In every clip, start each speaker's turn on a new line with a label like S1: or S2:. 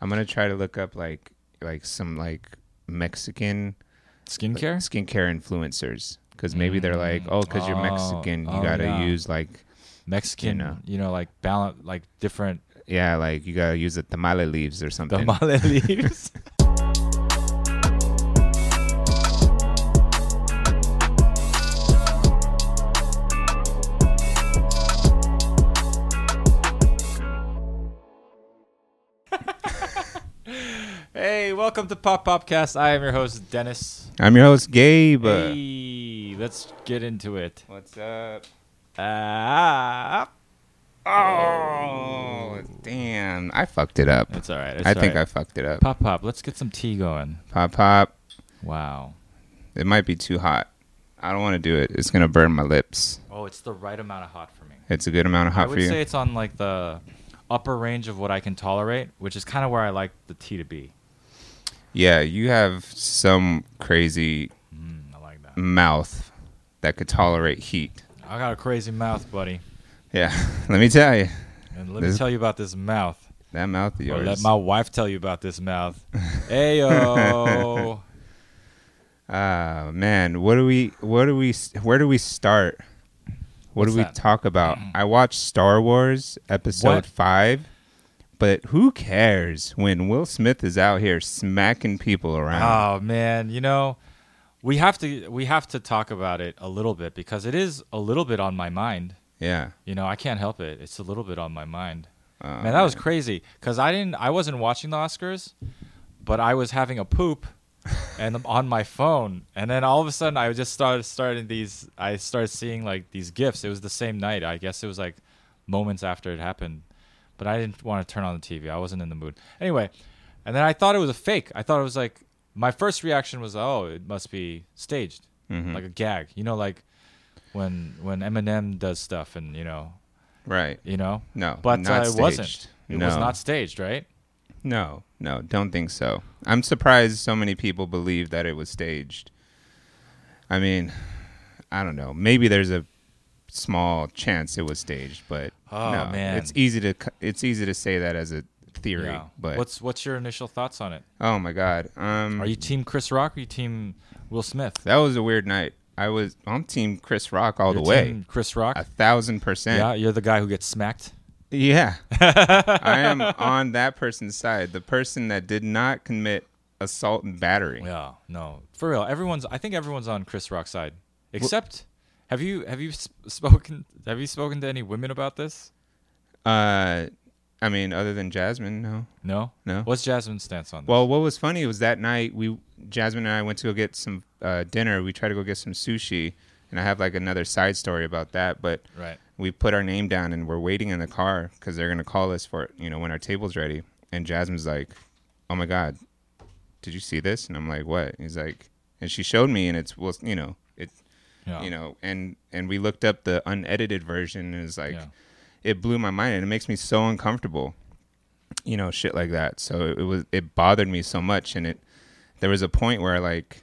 S1: I'm gonna try to look up like like some like Mexican
S2: Skincare?
S1: skincare influencers because maybe they're like, oh, because you're
S2: Oh,
S1: Mexican, you
S2: oh,
S1: gotta
S2: yeah.
S1: use like
S2: Mexican, you know,
S1: know.
S2: like balance, like different
S1: yeah, like you gotta use the tamale leaves or something.
S2: tamale leaves. hey, welcome to Pop Popcast. I am your host, Dennis.
S1: I'm your host Gabe.
S2: Hey, let's get into it.
S1: What's up?
S2: Ah,
S1: Oh damn! I fucked it up.
S2: it's all right.
S1: I think I fucked it up.
S2: Pop Pop, let's get some tea going.
S1: Pop pop.
S2: Wow.
S1: It might be too hot. I don't want to do it. It's gonna burn my lips.
S2: Oh, it's the right amount of hot for me.
S1: It's a good amount of
S2: I
S1: hot
S2: would
S1: for you.
S2: say it's on like the upper range of what I can tolerate, which is kind of where I like the tea to be.
S1: yeah, you have some crazy
S2: Mm, I like that.
S1: mouth that could tolerate heat.
S2: I got a crazy mouth, buddy,
S1: Yeah, let me tell you,
S2: and let me
S1: This-
S2: tell you about this mouth.
S1: that mouth of
S2: Or
S1: yours.
S2: let my wife tell you about this mouth. Ayo.
S1: Ah, man, what do we? What do we? Where do we start? What
S2: What's
S1: do we
S2: that? Mm.
S1: talk about? I watched Star Wars Episode
S2: What?
S1: Five, but who cares when Will Smith is out here smacking people around?
S2: Oh man, you know, we have to we have to talk about it a little bit because it is a little bit on my mind.
S1: yeah,
S2: You know, I can't help it. It's a little bit on my mind.
S1: Oh,
S2: man, that was crazy because I didn't, I wasn't watching the Oscars, but I was having a poop, and I'm on my phone, and then all of a sudden I just started starting these. I started seeing like these gifs. It was the same night. I guess it was like moments after it happened, but I didn't want to turn on the TV. I wasn't in the mood. Anyway, and then I thought it was a fake. I thought it was like my first reaction was, oh, it must be staged, like a gag. You know, like when when Eminem does stuff, and you know,
S1: right.
S2: you know.
S1: No,
S2: But
S1: not
S2: uh, it wasn't.
S1: staged.
S2: It
S1: no,
S2: was not staged, right?
S1: No, no, don't think so. I'm surprised so many people believe that it was staged. I mean, I don't know. Maybe there's a small chance it was staged, but
S2: Oh,
S1: no,
S2: man.
S1: it's easy to c- it's easy to say that as a theory. But
S2: what's what's your initial thoughts on it?
S1: oh my god, um,
S2: Are you team Chris Rock or you team Will Smith?
S1: that was a weird night. I was on team Chris Rock all
S2: You're
S1: the way,
S2: team Chris Rock.
S1: a thousand percent.
S2: yeah, you're the guy who gets smacked.
S1: Yeah. I am on that person's side, the person that did not commit assault and battery.
S2: Yeah, no, for real. Everyone's. I think everyone's on Chris Rock's side, except. have you have you sp- spoken have you spoken to any women about this?
S1: Uh, I mean, other than Jasmine, no.
S2: No,
S1: No.
S2: What's Jasmine's stance on this?
S1: Well, what was funny was that night we Jasmine and I went to go get some uh, dinner. We tried to go get some sushi, and I have like another side story about that. But
S2: right.
S1: we put our name down and we're waiting in the car because they're gonna call us for it, you know when our table's ready. And Jasmine's like, "Oh my god, did you see this?" And I'm like, "What?" And he's like, and she showed me, and it's well, you know, it
S2: Yeah.
S1: you know and and we looked up the unedited version and it's like
S2: Yeah.
S1: it blew my mind and it makes me so uncomfortable you know shit like that so it, was it bothered me so much and it there was a point where like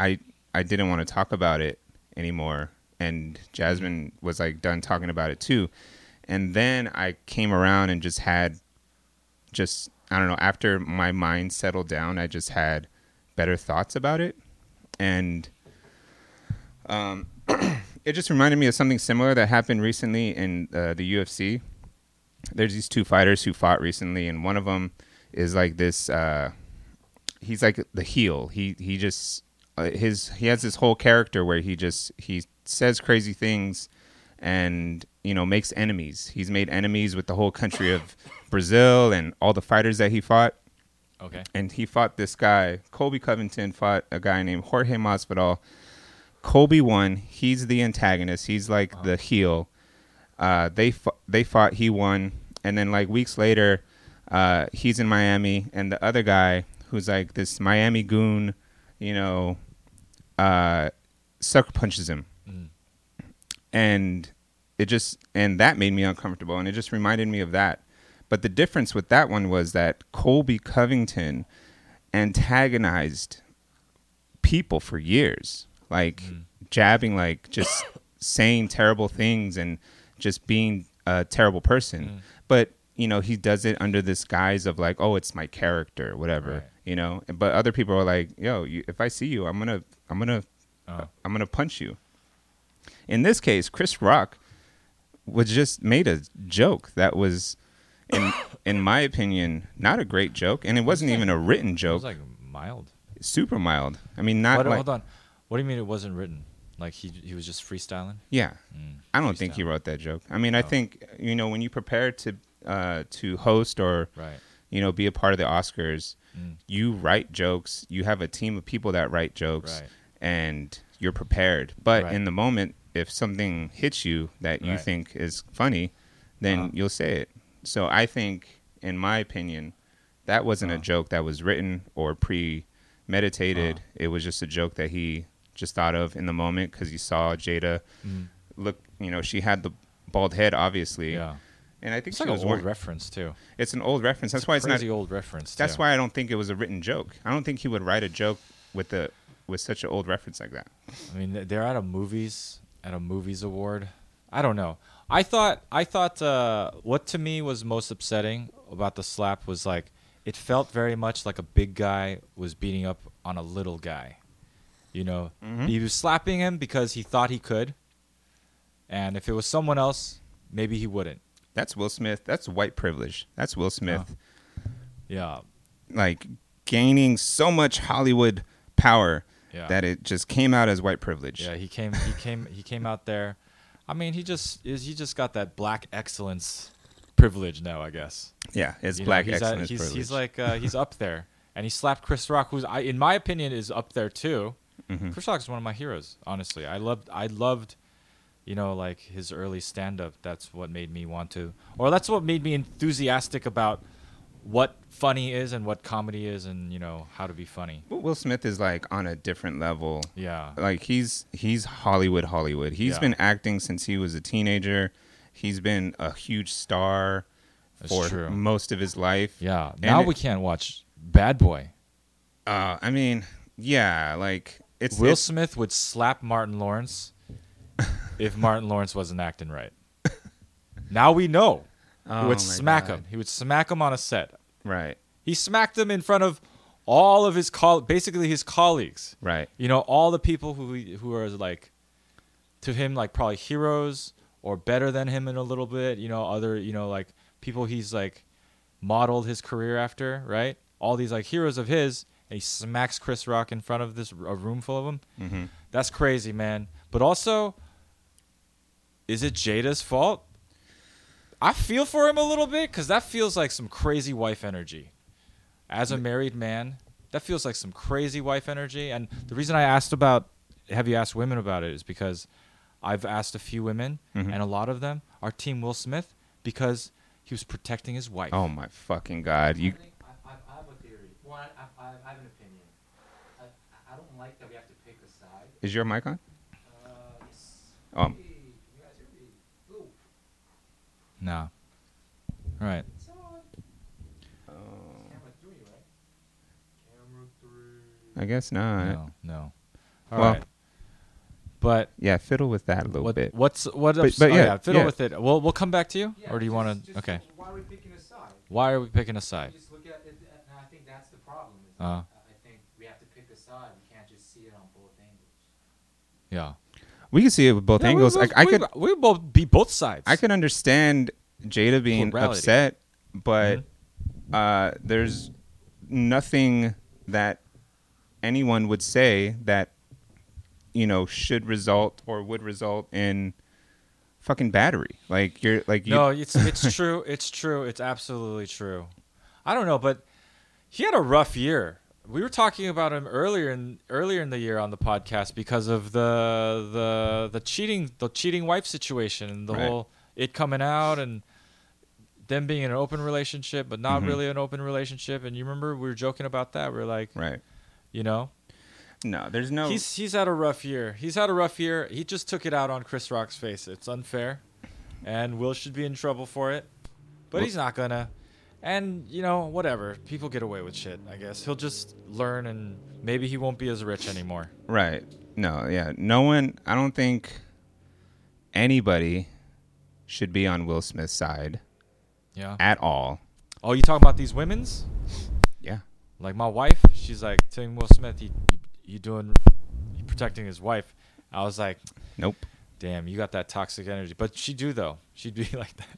S1: i i didn't want to talk about it anymore and jasmine was like done talking about it too and then i came around and just had just i don't know after my mind settled down i just had better thoughts about it and it just reminded me of something similar that happened recently in uh, the UFC. There's these two fighters who fought recently, and one of them is like this. Uh, he's like the heel. He he just uh, his he has this whole character where he just he says crazy things, and you know makes enemies. He's made enemies with the whole country of Brazil and all the fighters that he fought
S2: okay.
S1: and he fought this guy. Colby Covington fought a guy named Jorge Masvidal. Colby won. He's the antagonist. He's like the heel. Uh, they fought, they fought. He won, and then like weeks later, uh, he's in Miami, and the other guy who's like this Miami goon, you know, uh, sucker punches him, and it just and that made me uncomfortable, and it just reminded me of that. But the difference with that one was that Colby Covington antagonized people for years, like jabbing, like just saying terrible things and just being a terrible person. But you know, he does it under this guise of like, oh, it's my character, whatever,
S2: Right.
S1: you know. But other people are like, yo, you, if I see you, I'm gonna, I'm gonna,
S2: Oh.
S1: I'm gonna punch you. In this case, Chris Rock was just made a joke that was, in in my opinion, not a great joke, and it wasn't even a written
S2: It
S1: joke.
S2: was like mild.
S1: Super mild. I mean, not
S2: What-
S1: like
S2: hold on. What do you mean it wasn't written? Like he he was just freestyling.
S1: Yeah,
S2: Mm,
S1: I don't think he
S2: freestyle.
S1: wrote that joke. I mean, I
S2: Oh.
S1: think you know when you prepare to uh, to host or
S2: Right.
S1: you know be a part of the Oscars,
S2: Mm.
S1: you write jokes. You have a team of people that write jokes,
S2: Right.
S1: and you're prepared. But
S2: Right.
S1: in the moment, if something hits you that you
S2: Right.
S1: think is funny, then
S2: Uh-huh.
S1: you'll say it. So I think, in my opinion, that wasn't a
S2: Uh-huh.
S1: joke that was written or premeditated.
S2: Uh-huh.
S1: It was just a joke that he just thought of in the moment because he saw Jada
S2: Mm.
S1: look, you know, she had the bald head, obviously.
S2: Yeah.
S1: And I think
S2: It's
S1: she
S2: like an
S1: was
S2: old
S1: wor-
S2: reference too.
S1: it's an old reference. That's why it's not.
S2: crazy old reference.
S1: That's
S2: too.
S1: why I don't think it was a written joke. I don't think he would write a joke with the with such an old reference like that.
S2: I mean, th- they're at a movies at a movies award. I don't know. I thought I thought uh, what to me was most upsetting about the slap was like it felt very much like a big guy was beating up on a little guy. You know,
S1: Mhm.
S2: he was slapping him because he thought he could, and if it was someone else, maybe he wouldn't.
S1: That's Will Smith. That's white privilege. That's Will Smith.
S2: Yeah,
S1: Like gaining so much Hollywood power
S2: yeah.
S1: that it just came out as white privilege.
S2: Yeah, he came. He came. he came out there. I mean, he just is. He just got that black excellence privilege now. I guess.
S1: Yeah, it's
S2: You know,
S1: black
S2: he's at-
S1: excellence
S2: he's,
S1: privilege.
S2: he's like uh, he's up there, and he slapped Chris Rock, who's I, in my opinion is up there too.
S1: Mhm.
S2: Chris Rock is one of my heroes. Honestly, I loved. I loved. You know, like his early stand up, that's what made me want to, or that's what made me enthusiastic about what funny is and what comedy is and, you know, how to be funny.
S1: But Will Smith is like on a different level.
S2: Yeah.
S1: like he's he's Hollywood Hollywood. He's
S2: Yeah.
S1: been acting since he was a teenager. He's been a huge star
S2: That's
S1: for
S2: true.
S1: most of his life.
S2: Yeah.
S1: And
S2: Now
S1: it-
S2: we can't watch Bad Boy.
S1: Uh, I mean, yeah, like it's
S2: Will
S1: it's-
S2: Smith would slap Martin Lawrence if Martin Lawrence wasn't acting right. Now we know.
S1: Oh
S2: he would
S1: my
S2: smack
S1: God.
S2: him. He would smack him on a set.
S1: right,
S2: He smacked him in front of all of his col- basically his colleagues.
S1: right,
S2: You know, all the people who who are like to him like probably heroes or better than him in a little bit, you know, other, you know, like people he's like modeled his career after, right? All these like heroes of his, and he smacks Chris Rock in front of this a room full of them.
S1: hmm
S2: That's crazy, man. But also, is it Jada's fault? I feel for him a little bit because that feels like some crazy wife energy. As a married man, that feels like some crazy wife energy. And the reason I asked about, have you asked women about it, is because I've asked a few women,
S1: Mhm.
S2: and a lot of them are Team Will Smith because he was protecting his wife.
S1: Oh my fucking god! You
S3: I, think, I, I, I have a theory. Well, I, I, I have an opinion. I, I- I don't like that we have to pick a side.
S1: is your mic on?
S3: Uh, yes.
S1: Um.
S3: Hey, you guys hear me? Ooh,
S2: No. All right.
S3: it's on. Camera three, right? Camera three.
S1: I guess not.
S2: No. No. All right.
S1: Well-
S2: But
S1: Yeah, fiddle with that a little
S2: what,
S1: bit.
S2: What's what?
S1: But-
S2: ups-
S1: but
S2: oh,
S1: yeah,
S2: yeah, fiddle
S1: yeah.
S2: with it. We'll we'll come back to you,
S3: Yeah,
S2: or do you
S3: just-
S2: want
S3: just
S2: to? Okay.
S3: Why are we picking a side?
S2: Why are we picking a side?
S3: You just look at it, and I think that's the problem. Is
S2: Uh-huh.
S3: I I think we have to pick a side. We can't just see it on both angles.
S2: Yeah.
S1: We can see it with both
S2: Yeah, we-
S1: angles.
S2: we-
S1: Like, I
S2: we-
S1: could
S2: We both be both sides.
S1: I could understand Jada being
S2: Plurality. Mm-hmm.
S1: upset, but uh, there's nothing that anyone would say that you know should result or would result in fucking battery. Like you're like you,
S2: No, it's it's true. It's true. It's absolutely true. I don't know, but he had a rough year. We were talking about him earlier in earlier in the year on the podcast because of the the the cheating the cheating wife situation and the
S1: Right.
S2: whole it coming out and them being in an open relationship but not
S1: Mhm.
S2: really an open relationship. And you remember we were joking about that. We were like,
S1: right.
S2: you know,
S1: No, there's no.
S2: he's he's had a rough year. He's had a rough year. He just took it out on Chris Rock's face. It's unfair, and Will should be in trouble for it. But
S1: Well-
S2: he's not gonna. And you know, whatever. People get away with shit. I guess he'll just learn, and maybe he won't be as rich anymore.
S1: Right. No, yeah. No one, I don't think anybody should be on Will Smith's side.
S2: Yeah.
S1: at all.
S2: Oh, you talking about these women's?
S1: Yeah.
S2: Like my wife, she's like telling Will Smith, "You, you, you doing, you protecting his wife." I was like,
S1: Nope.
S2: "Damn, you got that toxic energy." But she do though. She'd be like that.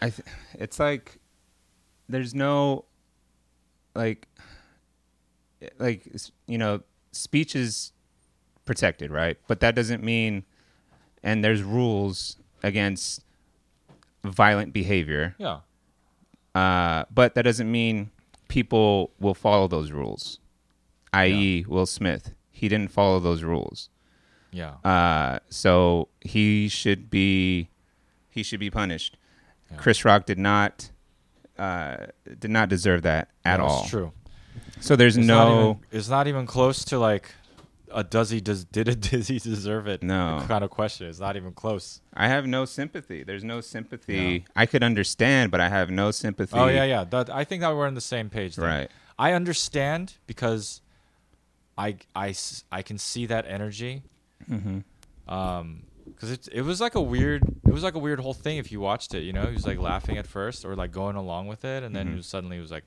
S1: I th- it's like there's no like like s- you know speech is protected right but that doesn't mean and there's rules against violent behavior
S2: Yeah.
S1: uh, but that doesn't mean people will follow those rules i.e will smith he didn't follow those rules
S2: Yeah.
S1: uh, so he should be he should be punished.
S2: Yeah.
S1: Chris Rock did not uh, did not deserve that at
S2: That's
S1: all.
S2: True.
S1: So there's
S2: It's not
S1: no
S2: even- it's not even close to like a does he does did a does he deserve it?
S1: No.
S2: Kind of question. It's not even close.
S1: I have no sympathy. There's no sympathy. I could understand, but I have no sympathy.
S2: Oh yeah, yeah. That, I think that we're on the same page. there.
S1: Right.
S2: I understand because I I s- I can see that energy. Mm-hmm. Um, because it it was like a weird it was like a weird whole thing if you watched it. You know, he was like laughing at first or like going along with it, and then
S1: Mm-hmm.
S2: he was suddenly he was like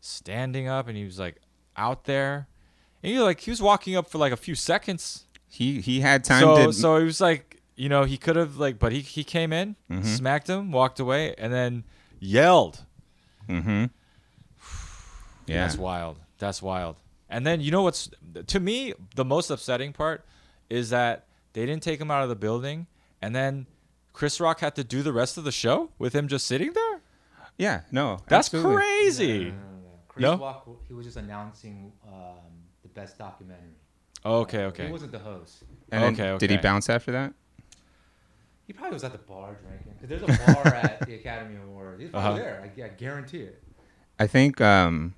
S2: standing up and he was like out there, and he like he was walking up for like a few seconds.
S1: He he had time
S2: so
S1: to
S2: so it was like you know he could have like but he he came in
S1: Mm-hmm.
S2: smacked him walked away and then yelled
S1: Mhm. Yeah.
S2: that's wild that's wild and then you know what's to me the most upsetting part is that they didn't take him out of the building and then Chris Rock had to do the rest of the show with him just sitting there
S1: yeah. No.
S2: that's
S1: absolutely.
S2: crazy
S3: No, no, no, no, no. Chris
S2: No?
S3: Rock, he was just announcing um, the best documentary.
S2: okay okay
S3: He wasn't the host.
S1: And then
S2: Okay,
S1: Did he
S2: okay.
S1: bounce after that?
S3: He probably was at the bar drinking. 'Cause there's a bar at the Academy Awards. He's
S2: Uh-huh.
S3: probably there. I, I guarantee it.
S1: I think, um,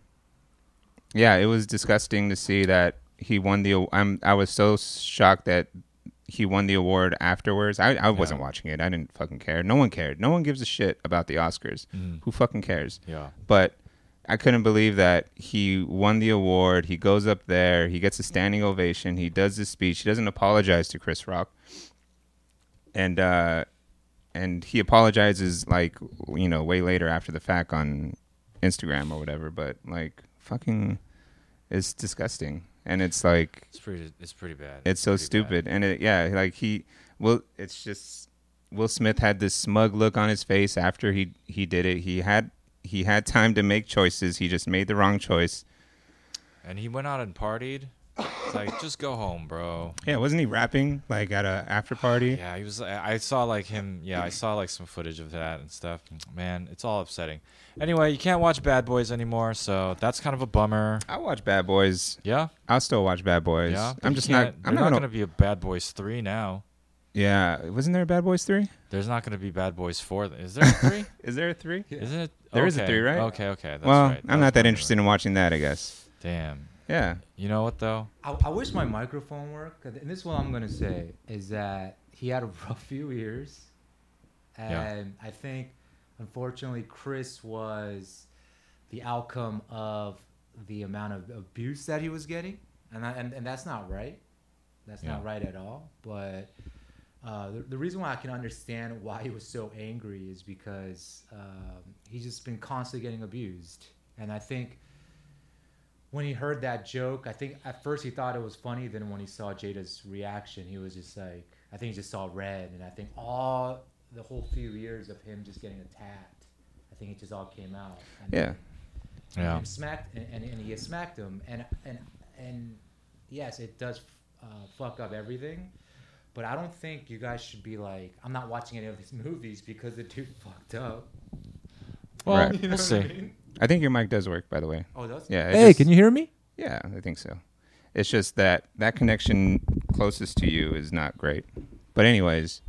S1: yeah, it was disgusting to see that he won the. I'm I was so shocked that he won the award afterwards. I, I wasn't watching it. I didn't fucking care. No one cared. No one gives a shit about the Oscars.
S2: Mm.
S1: Who fucking cares?
S2: yeah
S1: But I couldn't believe that he won the award. He goes up there. He gets a standing ovation. He does his speech. He doesn't apologize to Chris Rock. And uh, and he apologizes like you know way later after the fact on Instagram or whatever. But like fucking, it's disgusting. And it's like
S2: it's pretty it's pretty bad
S1: it's so
S2: Pretty bad.
S1: stupid. And it, yeah, like he will. It's just Will Smith had this smug look on his face after he he did it. He had he had time to make choices. He just made the wrong choice.
S2: and he went out and partied it's like just go home bro
S1: Yeah, wasn't he rapping like at a after party?
S2: Yeah, he was. I I saw like him. Yeah, I saw like some footage of that and stuff. Man, it's all upsetting. Anyway, you can't watch Bad Boys anymore, so that's kind of a bummer.
S1: I watch Bad Boys.
S2: Yeah,
S1: I'll still watch Bad Boys.
S2: yeah. but
S1: I'm
S2: you
S1: just not.
S2: can't-
S1: I'm
S2: they're
S1: not, gonna,
S2: gonna be a Bad Boys three now.
S1: Yeah, wasn't there a Bad Boys three?
S2: There's not gonna be Bad Boys four. Is there a three?
S1: Is there a three?
S2: Isn't it?
S1: There is a
S2: okay,
S1: three, right?
S2: Okay, okay. That's
S1: well,
S2: right.
S1: I'm
S2: was
S1: not that
S2: my-
S1: interested in watching that. I guess.
S2: Damn.
S1: Yeah.
S2: You know what though?
S3: I, I wish my microphone worked. And this is what I'm going to say is that he had a rough few years. And
S2: Yeah.
S3: I think, unfortunately, Chris was the outcome of the amount of abuse that he was getting. And, I, and, and that's not right. That's not
S2: Yeah.
S3: right at all. But uh, the, the reason why I can understand why he was so angry is because um, he's just been constantly getting abused. And I think when he heard that joke, I think at first he thought it was funny. Then when he saw Jada's reaction, he was just like, I think he just saw red. And I think all the whole few years of him just getting attacked, I think it just all came out. And
S1: Yeah.
S2: Yeah.
S3: and smacked and, and, and he smacked him and and and yes it does uh, fuck up everything but i don't think you guys should be like i'm not watching any of these movies because the dude fucked up
S2: Well,
S1: Right.
S3: You know
S2: we'll
S3: what
S2: see.
S3: I mean?
S1: I think your mic does work, by the way.
S3: oh that's
S1: Yeah. it
S4: Hey,
S1: just-
S4: can you hear me?
S1: Yeah, I think so. It's just that that connection closest to you is not great. But anyways,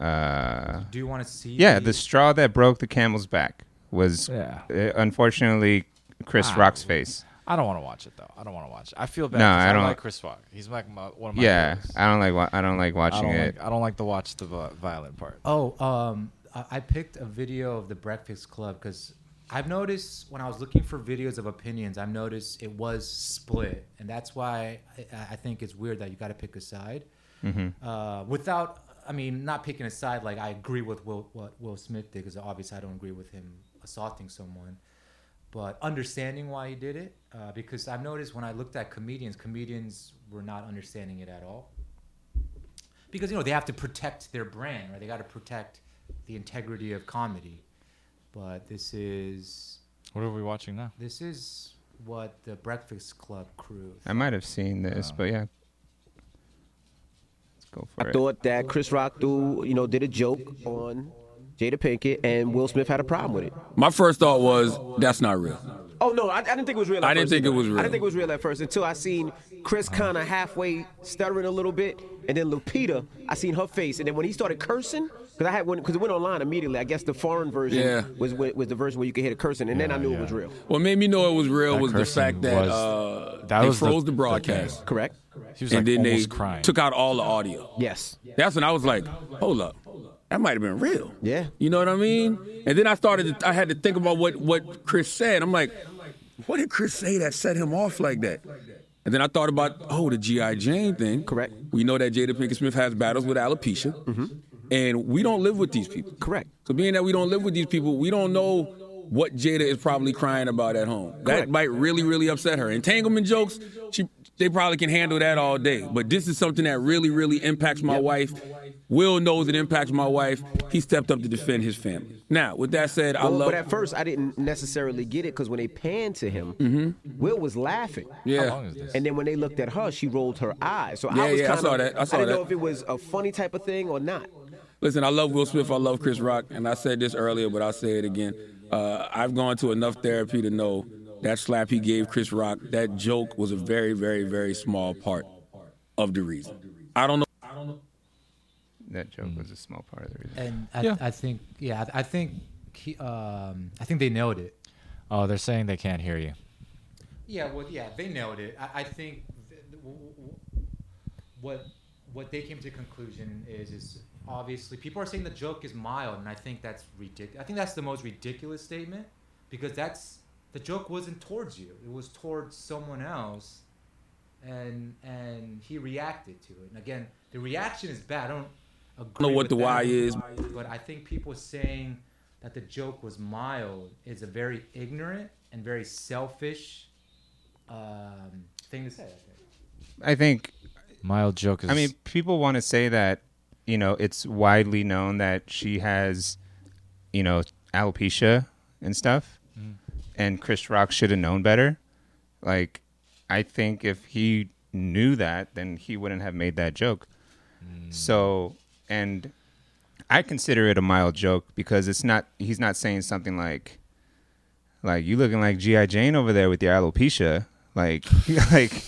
S1: uh,
S3: do you want to see
S1: yeah, the straw that broke the camel's back was
S2: Yeah. Ah,
S1: uh, unfortunately Chris
S2: Wow.
S1: Rock's face.
S2: I don't want to watch it though. I don't want to watch. it. I feel bad.
S1: No,
S2: 'cause
S1: I don't-
S2: like Chris Rock. He's like my, one of my.
S1: yeah,
S2: favorites.
S1: I don't like wa- I don't like
S2: I
S1: watching
S2: don't
S1: it.
S2: like. I don't like to watch the vi- violent part.
S3: Oh, um, I I picked a video of the Breakfast Club because I've noticed when I was looking for videos of opinions, I've noticed it was split, and that's why I, I think it's weird that you got to pick a side uh, without I mean, not picking a side, like I agree with Will, what Will Smith did because obviously I don't agree with him assaulting someone, but understanding why he did it uh, because I've noticed when I looked at comedians, comedians were not understanding it at all because you know they have to protect their brand, right? They got to protect the integrity of comedy, but this is
S2: What are we watching now?
S3: this is what the Breakfast Club crew.
S1: I might have seen this,
S2: Oh.
S1: but yeah. Let's go for
S4: I
S1: it.
S4: thought that Chris Rock threw, you know, did a joke on Jada Pinkett, and Will Smith had a problem with it.
S5: My first thought was that's not real.
S4: Oh no, I, I didn't think it was real. At
S5: I didn't
S4: first
S5: think it
S4: either.
S5: was
S4: I
S5: real.
S4: didn't think it was real at first until I seen Chris kind of halfway stuttering a little bit, and then Lupita. I seen her face, and then when he started cursing, because I had one, because it went online immediately. I guess the foreign version
S5: Yeah.
S4: was was the version where you could hear the cursing, and then I
S2: Yeah,
S4: knew it
S2: yeah.
S4: was real.
S5: What made me know it was real
S2: That
S5: was the
S2: cursing
S5: fact that
S2: was-
S5: uh,
S2: that
S5: they
S2: was the-
S5: froze the,
S2: the
S5: broadcast,
S4: Correct?
S2: He was
S5: and
S2: like
S5: then they
S2: almost crying.
S5: took out all the audio.
S4: Yes.
S5: That's when I was like, hold up, that might have been real.
S4: Yeah.
S5: You know what I mean? And then I started. To, I had to think about what what Chris said. I'm like, what did Chris say that set him off like that? And then I thought about oh the GI Jane thing.
S4: Correct. Mm-hmm.
S5: We know that Jada Pinkett Smith has battles with alopecia, and we don't live with these people.
S4: Correct.
S5: So being that we don't live with these people, we don't know what Jada is probably crying about at home.
S4: Correct.
S5: That might really, really upset her. Entanglement jokes, she, they probably can handle that all day. But this is something that really, really impacts my wife. Will knows it impacts my wife. He stepped up to defend his family. Now, with that said, I
S4: Well,
S5: love.
S4: but at first I didn't necessarily get it because when they panned to him,
S5: Mm-hmm.
S4: Will was laughing.
S5: yeah.
S2: How long is this?
S4: And then when they looked at her, she rolled her eyes. So
S5: Yeah,
S4: I was
S5: yeah, I
S4: kind
S5: saw
S4: of,
S5: that. I saw
S4: didn't
S5: that.
S4: know if it was a funny type of thing or not.
S5: Listen, I love Will Smith. I love Chris Rock. And I said this earlier, but I'll say it again. Uh, I've gone to enough therapy to know that slap he gave Chris Rock, that joke was a very, very, very small part of the reason. I don't know.
S1: That joke was a small part of the
S2: Eh.
S1: reason.
S3: And I,
S2: Yeah.
S3: I think, yeah, I, I think, he, um, I think they nailed it.
S2: Oh, they're saying they can't hear you.
S3: Yeah, well, yeah, they nailed it. I, I think th- th- w- w- w- what what they came to the conclusion is is obviously people are saying the joke is mild, and I think that's ridiculous. I think that's the most ridiculous statement because that's the joke wasn't towards you; it was towards someone else, and and he reacted to it. And again, the reaction is bad. I don't agree
S5: what
S3: with
S5: the
S3: that,
S5: why is.
S3: but I think people saying that the joke was mild is a very ignorant and very selfish um, thing to say.
S1: I
S3: I think.
S1: think
S2: Mild joke is.
S1: I mean, people want to say that, you know, it's widely known that she has, you know, alopecia and stuff, and Chris Rock should have known better. Like, I think if he knew that, then he wouldn't have made that joke. So, and I consider it a mild joke because it's not. He's not saying something like, like you looking like GI Jane over there with your alopecia, like, like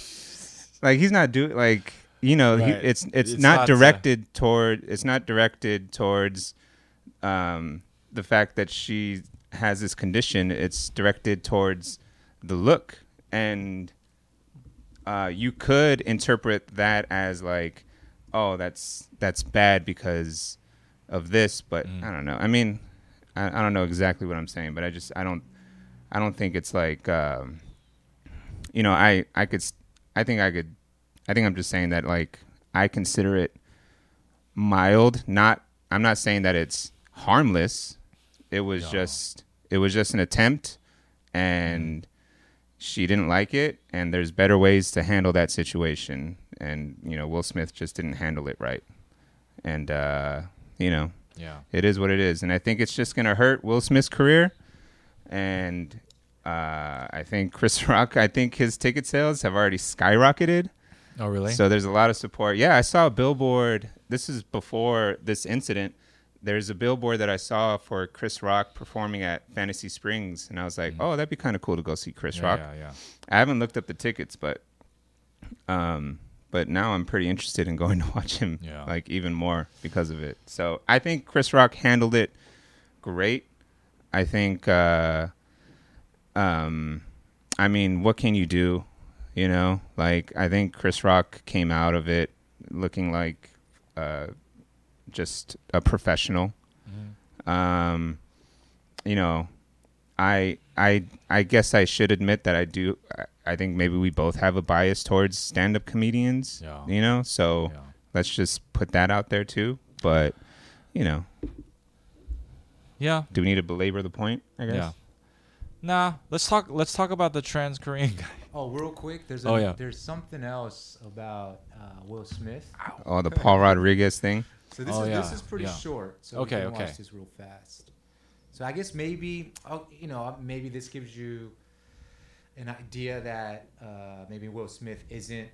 S1: like he's not doing like you know he,
S2: Right.
S1: it's, it's
S2: It's
S1: not,
S2: not, uh,
S1: directed toward it's not directed towards um the fact that she has this condition it's directed towards the look and uh you could interpret that as like oh that's that's bad because of this but i don't know i mean I, I don't know exactly what i'm saying but i just i don't i don't think it's like um you know, I I could, s- I think I could, I think I'm just saying that like I consider it mild. Not, I'm not saying that it's harmless. It was just, it was just an attempt, and she didn't like it, and there's better ways to handle that situation. And you know, Will Smith just didn't handle it right, and uh, you know,
S2: yeah.
S1: it is what it is, and I think it's just gonna hurt Will Smith's career. And uh, I think Chris Rock, I think his ticket sales have already skyrocketed.
S2: Oh, really?
S1: So there's a lot of support. Yeah, I saw a billboard. This is before this incident. There's a billboard that I saw for Chris Rock performing at Fantasy Springs, and I was like, "Oh, that'd be kind of cool to go see Chris
S2: Mm-hmm. yeah,
S1: Rock."
S2: yeah, yeah.
S1: I haven't looked up the tickets, but um, but now I'm pretty interested in going to watch him
S2: Yeah.
S1: like even more because of it. So I think Chris Rock handled it great. I think uh, um, I mean, what can you do? You know, like I think Chris Rock came out of it looking like uh, just a professional.
S2: Mm-hmm.
S1: Um, you know, I I I guess I should admit that I do. I- I think maybe we both have a bias towards stand-up comedians.
S2: Yeah.
S1: You know, so
S2: Yeah.
S1: let's just put that out there too. but you know,
S2: Yeah.
S1: do we need to belabor the point? I guess.
S2: Yeah. Nah. Let's talk. Let's talk about the trans Korean guy.
S3: Oh, real quick, there's a,
S2: Oh, yeah.
S3: there's something else about uh, Will Smith.
S1: Oh, the Paul Rodriguez thing.
S3: So this
S2: Oh,
S3: is this
S2: yeah,
S3: is pretty
S2: yeah.
S3: short. So
S2: Okay,
S3: we can
S2: okay.
S3: watch this real fast. So I guess maybe oh, you know maybe this gives you an idea that uh, maybe Will Smith isn't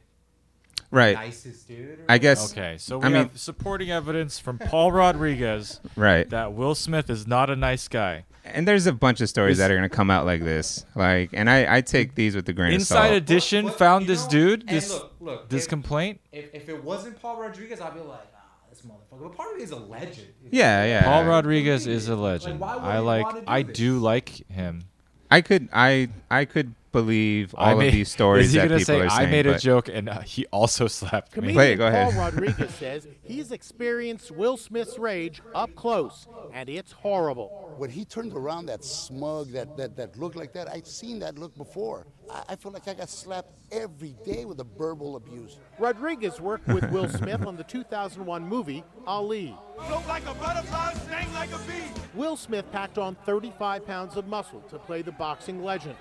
S1: Right.
S3: nicest dude. Or
S1: I guess.
S2: Okay. So we
S1: I mean-
S2: have supporting evidence from Paul Rodriguez
S1: Right.
S2: that Will Smith is not a nice guy.
S1: And there's a bunch of stories
S2: This-
S1: that are gonna come out like this. Like, and I, I take these with a grain
S2: Inside
S1: of salt.
S2: Edition
S3: But- but,
S2: found
S3: you
S2: this
S3: know,
S2: dude.
S3: and
S2: This
S3: look, look,
S2: this
S3: if-
S2: complaint.
S3: If, if it wasn't Paul Rodriguez, I'd be like, ah, this motherfucker. But part of me is a legend.
S1: yeah, yeah.
S2: Paul Rodriguez is a legend.
S3: why would
S2: I
S3: you
S2: like.
S3: wanna do
S2: I
S3: this?
S2: do like him.
S1: I could, I, I could believe all
S2: I
S1: of
S2: made-
S1: these stories
S2: Is he
S1: that
S2: gonna
S1: people
S2: say
S1: are saying.
S2: I made a
S1: but-
S2: joke and uh, he also slapped me?
S6: Comedian
S1: Wait, go ahead.
S6: Paul Rodriguez says he's experienced Will Smith's rage up close, and it's horrible.
S7: When he turned around that smug, that, that, that look like that, I'd seen that look before. I, I feel like I got slapped every day with a verbal abuse.
S6: Rodriguez worked with Will Smith on the 2001 movie Ali.
S8: Float like a butterfly, sting like a bee.
S6: Will Smith packed on 35 pounds of muscle to play the boxing legend.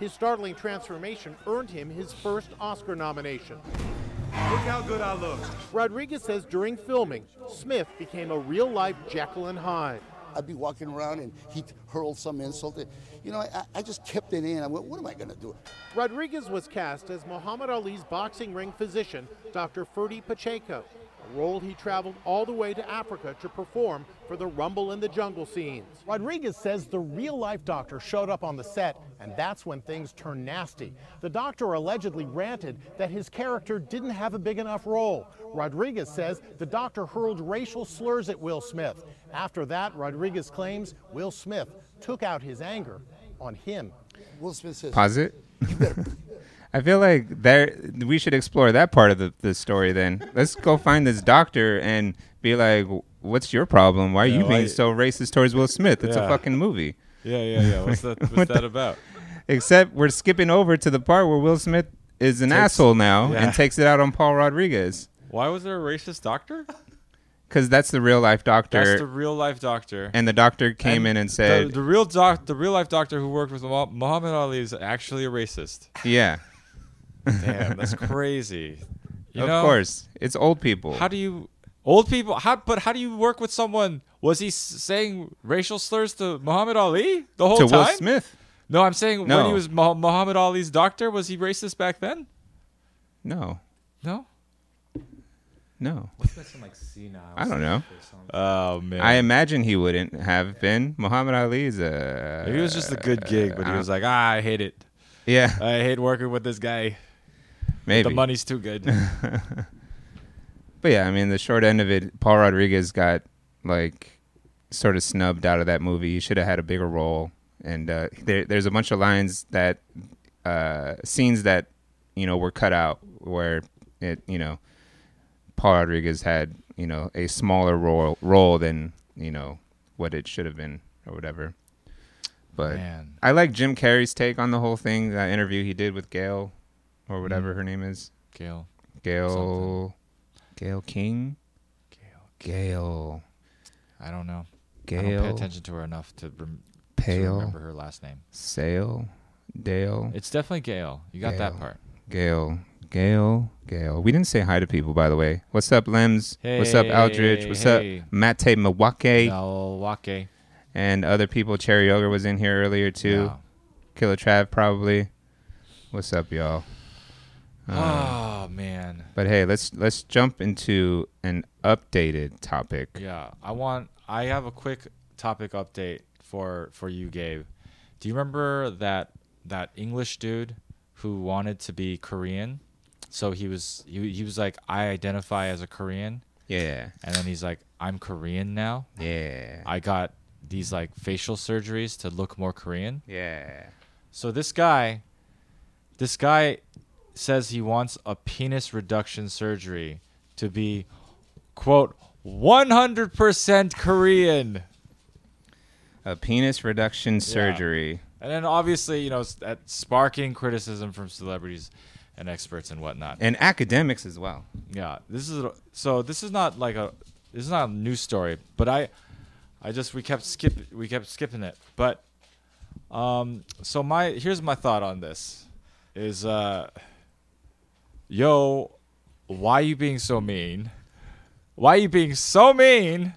S6: His startling transformation earned him his first Oscar nomination.
S8: Look how good I look.
S6: Rodriguez says during filming, Smith became a real life Jekyll and Hyde.
S7: I'd be walking around and he'd hurl some insult. You know, I, I just kept it in. I went, what am I going to do?
S6: Rodriguez was cast as Muhammad Ali's boxing ring physician, Dr. Ferdy Pacheco, a role he traveled all the way to Africa to perform for the Rumble in the Jungle scenes. Rodriguez says the real life doctor showed up on the set, and that's when things turned nasty. The doctor allegedly ranted that his character didn't have a big enough role. Rodriguez says the doctor hurled racial slurs at Will Smith. After that, Rodriguez claims Will Smith took out his anger on him.
S7: Will Smith says,
S1: pause it. I feel like there we should explore that part of the, the story. Then let's go find this doctor and be like, "What's your problem? Why are you
S2: Yeah,
S1: being
S2: why-
S1: so racist towards Will Smith? It's a
S2: Yeah.
S1: fucking movie."
S2: Yeah, yeah, yeah. What's that? What's that about?
S1: Except we're skipping over to the part where Will Smith is an asshole now
S2: yeah.
S1: and takes it out on Paul Rodriguez
S2: Why was there a racist doctor?
S1: because that's the real life doctor,
S2: That's the real life doctor.
S1: and the doctor came in and said,
S2: the, the real doc, the real life doctor who worked with Mo- Muhammad Ali is actually a racist.
S1: "Yeah,
S2: Damn, that's crazy. You
S1: of
S2: know,
S1: course, it's old people."
S2: How do you, old people? How but how do you work with someone? Was he s- saying racial slurs to Muhammad Ali the whole
S1: to
S2: time?
S1: Will Smith?
S2: No, I'm saying when
S1: No.
S2: he was Mu- Muhammad Ali's doctor, was he racist back then?
S1: No,
S2: No.
S1: no.
S3: Must have been some, like senile.
S1: I don't know.
S3: or something.
S2: Oh man.
S1: I imagine he wouldn't have been. Muhammad Ali is a.
S2: Maybe it was just a good gig,
S1: Uh,
S2: but he was like, ah, I hate it.
S1: Yeah,
S2: I hate working with this guy.
S1: maybe.
S2: Uh, The money's too good.
S1: But yeah, I mean, the short end of it, Paul Rodriguez got like sort of snubbed out of that movie. He should have had a bigger role. And uh, there, there's a bunch of lines that uh, scenes that you know were cut out where it you know Paul Rodriguez had you know a smaller role role than you know what it should have been or whatever. But
S2: Man.
S1: I like Jim Carrey's take on the whole thing. That interview he did with Gail or whatever her name is.
S2: Gail.
S1: Gail. Gail King.
S2: Gail.
S1: Gail.
S2: I don't know. I don't pay
S1: Gail.
S2: attention to her enough to, rem- to remember
S1: Pale.
S2: her last name.
S1: Sale. Dale.
S2: It's definitely Gail. You got that
S1: Gail.
S2: part.
S1: Gail. Gail. Gail. We didn't say hi to people, by the way. What's up, Lems? What's up, Aldridge? What's
S2: Hey, hey.
S1: up, Mate Milwaukee?
S2: Milwaukee.
S1: And other people. Cherry Ogre was in here earlier, too.
S2: Yeah.
S1: Killer Trav, probably. What's up, y'all? Uh.
S2: oh man.
S1: But hey, let's let's jump into an updated topic.
S2: Yeah. I want. I have a quick topic update for for you, Gabe. Do you remember that that English dude who wanted to be Korean? So he was he, he was like I identify as a Korean,
S1: Yeah.
S2: and then he's like I'm Korean now.
S1: Yeah.
S2: I got these like facial surgeries to look more Korean.
S1: Yeah.
S2: So this guy, this guy says he wants a penis reduction surgery to be, quote, 100% Korean.
S1: A penis reduction surgery.
S2: And then obviously, you know, s- that sparking criticism from celebrities and experts and whatnot.
S1: And academics as well.
S2: Yeah, this is so. This is not like a this is not a news story, but I, I just we kept skip we kept skipping it. But, um, so my here's my thought on this, is uh, yo, why you being so mean? Why you being so mean?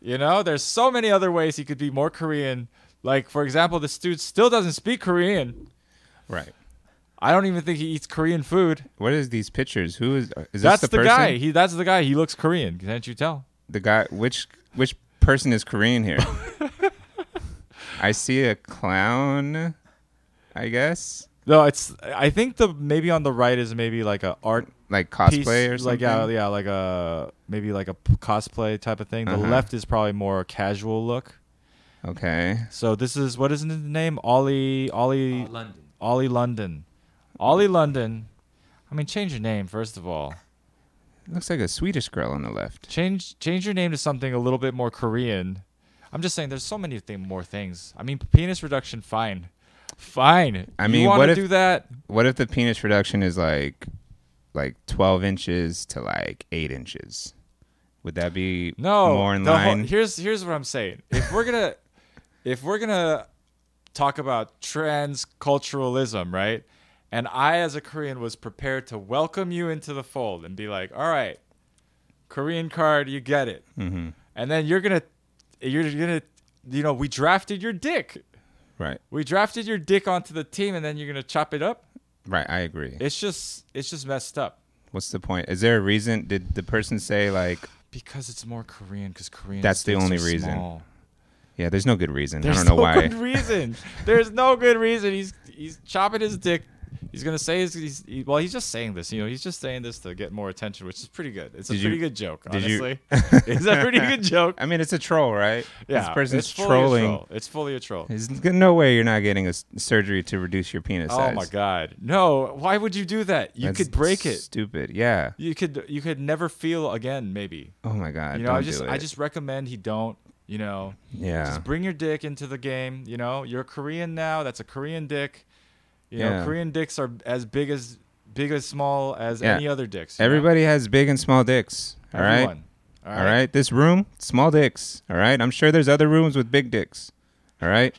S2: You know, there's so many other ways he could be more Korean. Like for example, this dude still doesn't speak Korean.
S1: Right.
S2: I don't even think he eats Korean food.
S1: What is these pictures? Who is uh, is this
S2: That's
S1: the,
S2: the,
S1: person?
S2: guy. He that's the guy. He looks Korean. Can't you tell?
S1: the guy which which person is Korean here? I see a clown, I guess.
S2: No, it's. I think the maybe on the right is maybe like a art
S1: Like
S2: piece,
S1: cosplay or
S2: Like
S1: something.
S2: yeah, yeah, like a maybe like a p- cosplay type of thing. The
S1: Uh-huh.
S2: left is probably more casual look.
S1: Okay.
S2: So this is what is his name? Ollie Ollie
S3: Uh, London.
S2: Ollie London. Ollie London. I mean, change your name first of all.
S1: Looks like a Swedish girl on the left.
S2: Change change your name to something a little bit more Korean. I'm just saying, there's so many thing, more things. I mean, penis reduction, fine, fine.
S1: I
S2: You
S1: mean,
S2: wanna
S1: what if-
S2: do that?
S1: What if the penis reduction is like like 12 inches to like 8 inches? Would that be
S2: No,
S1: more in
S2: the whole-
S1: line?
S2: here's here's what I'm saying. If we're gonna if we're gonna talk about transculturalism, right? And I, as a Korean, was prepared to welcome you into the fold and be like, "All right, Korean card, you get it." Mm-hmm. And then you're gonna you're gonna you know we drafted your dick.
S1: right.
S2: We drafted your dick onto the team, and then you're gonna chop it up.
S1: Right, I agree.
S2: It's just it's just messed up
S1: What's the point? Is there a reason did the person say like
S2: because it's more Korean. Because Korean.
S1: That's the only reason. yeah, there's no good reason.
S2: There's
S1: I don't know
S2: no
S1: why.
S2: good reason. There's no good reason. He's he's chopping his dick. He's gonna say his, he's he, well. He's just saying this. You know, he's just saying this to get more attention, which is pretty good. It's a
S1: Did you-
S2: pretty good joke,
S1: did you-
S2: honestly. it's a pretty good joke.
S1: I mean, it's a troll, right?
S2: Yeah,
S1: This person's
S2: it's fully a
S1: trolling.
S2: troll. It's fully a troll.
S1: There's g- no way you're not getting a s- surgery to reduce your penis
S2: Oh
S1: size.
S2: my god, no! Why would you do that? You
S1: That's
S2: could break it.
S1: Stupid. Yeah.
S2: You could you could never feel again. Maybe
S1: Oh my god.
S2: you know. I
S1: don't
S2: just
S1: do
S2: I
S1: it.
S2: just recommend he don't. You know.
S1: Yeah.
S2: Just bring your dick into the game. You know, you're Korean now. That's a Korean dick. You know,
S1: Yeah.
S2: Korean dicks are as big as big as small as
S1: Yeah.
S2: any other dicks. you know?
S1: Everybody has big and small dicks. All right.
S2: Everyone.
S1: All right. This room, small dicks. All right. I'm sure there's other rooms with big dicks. All right.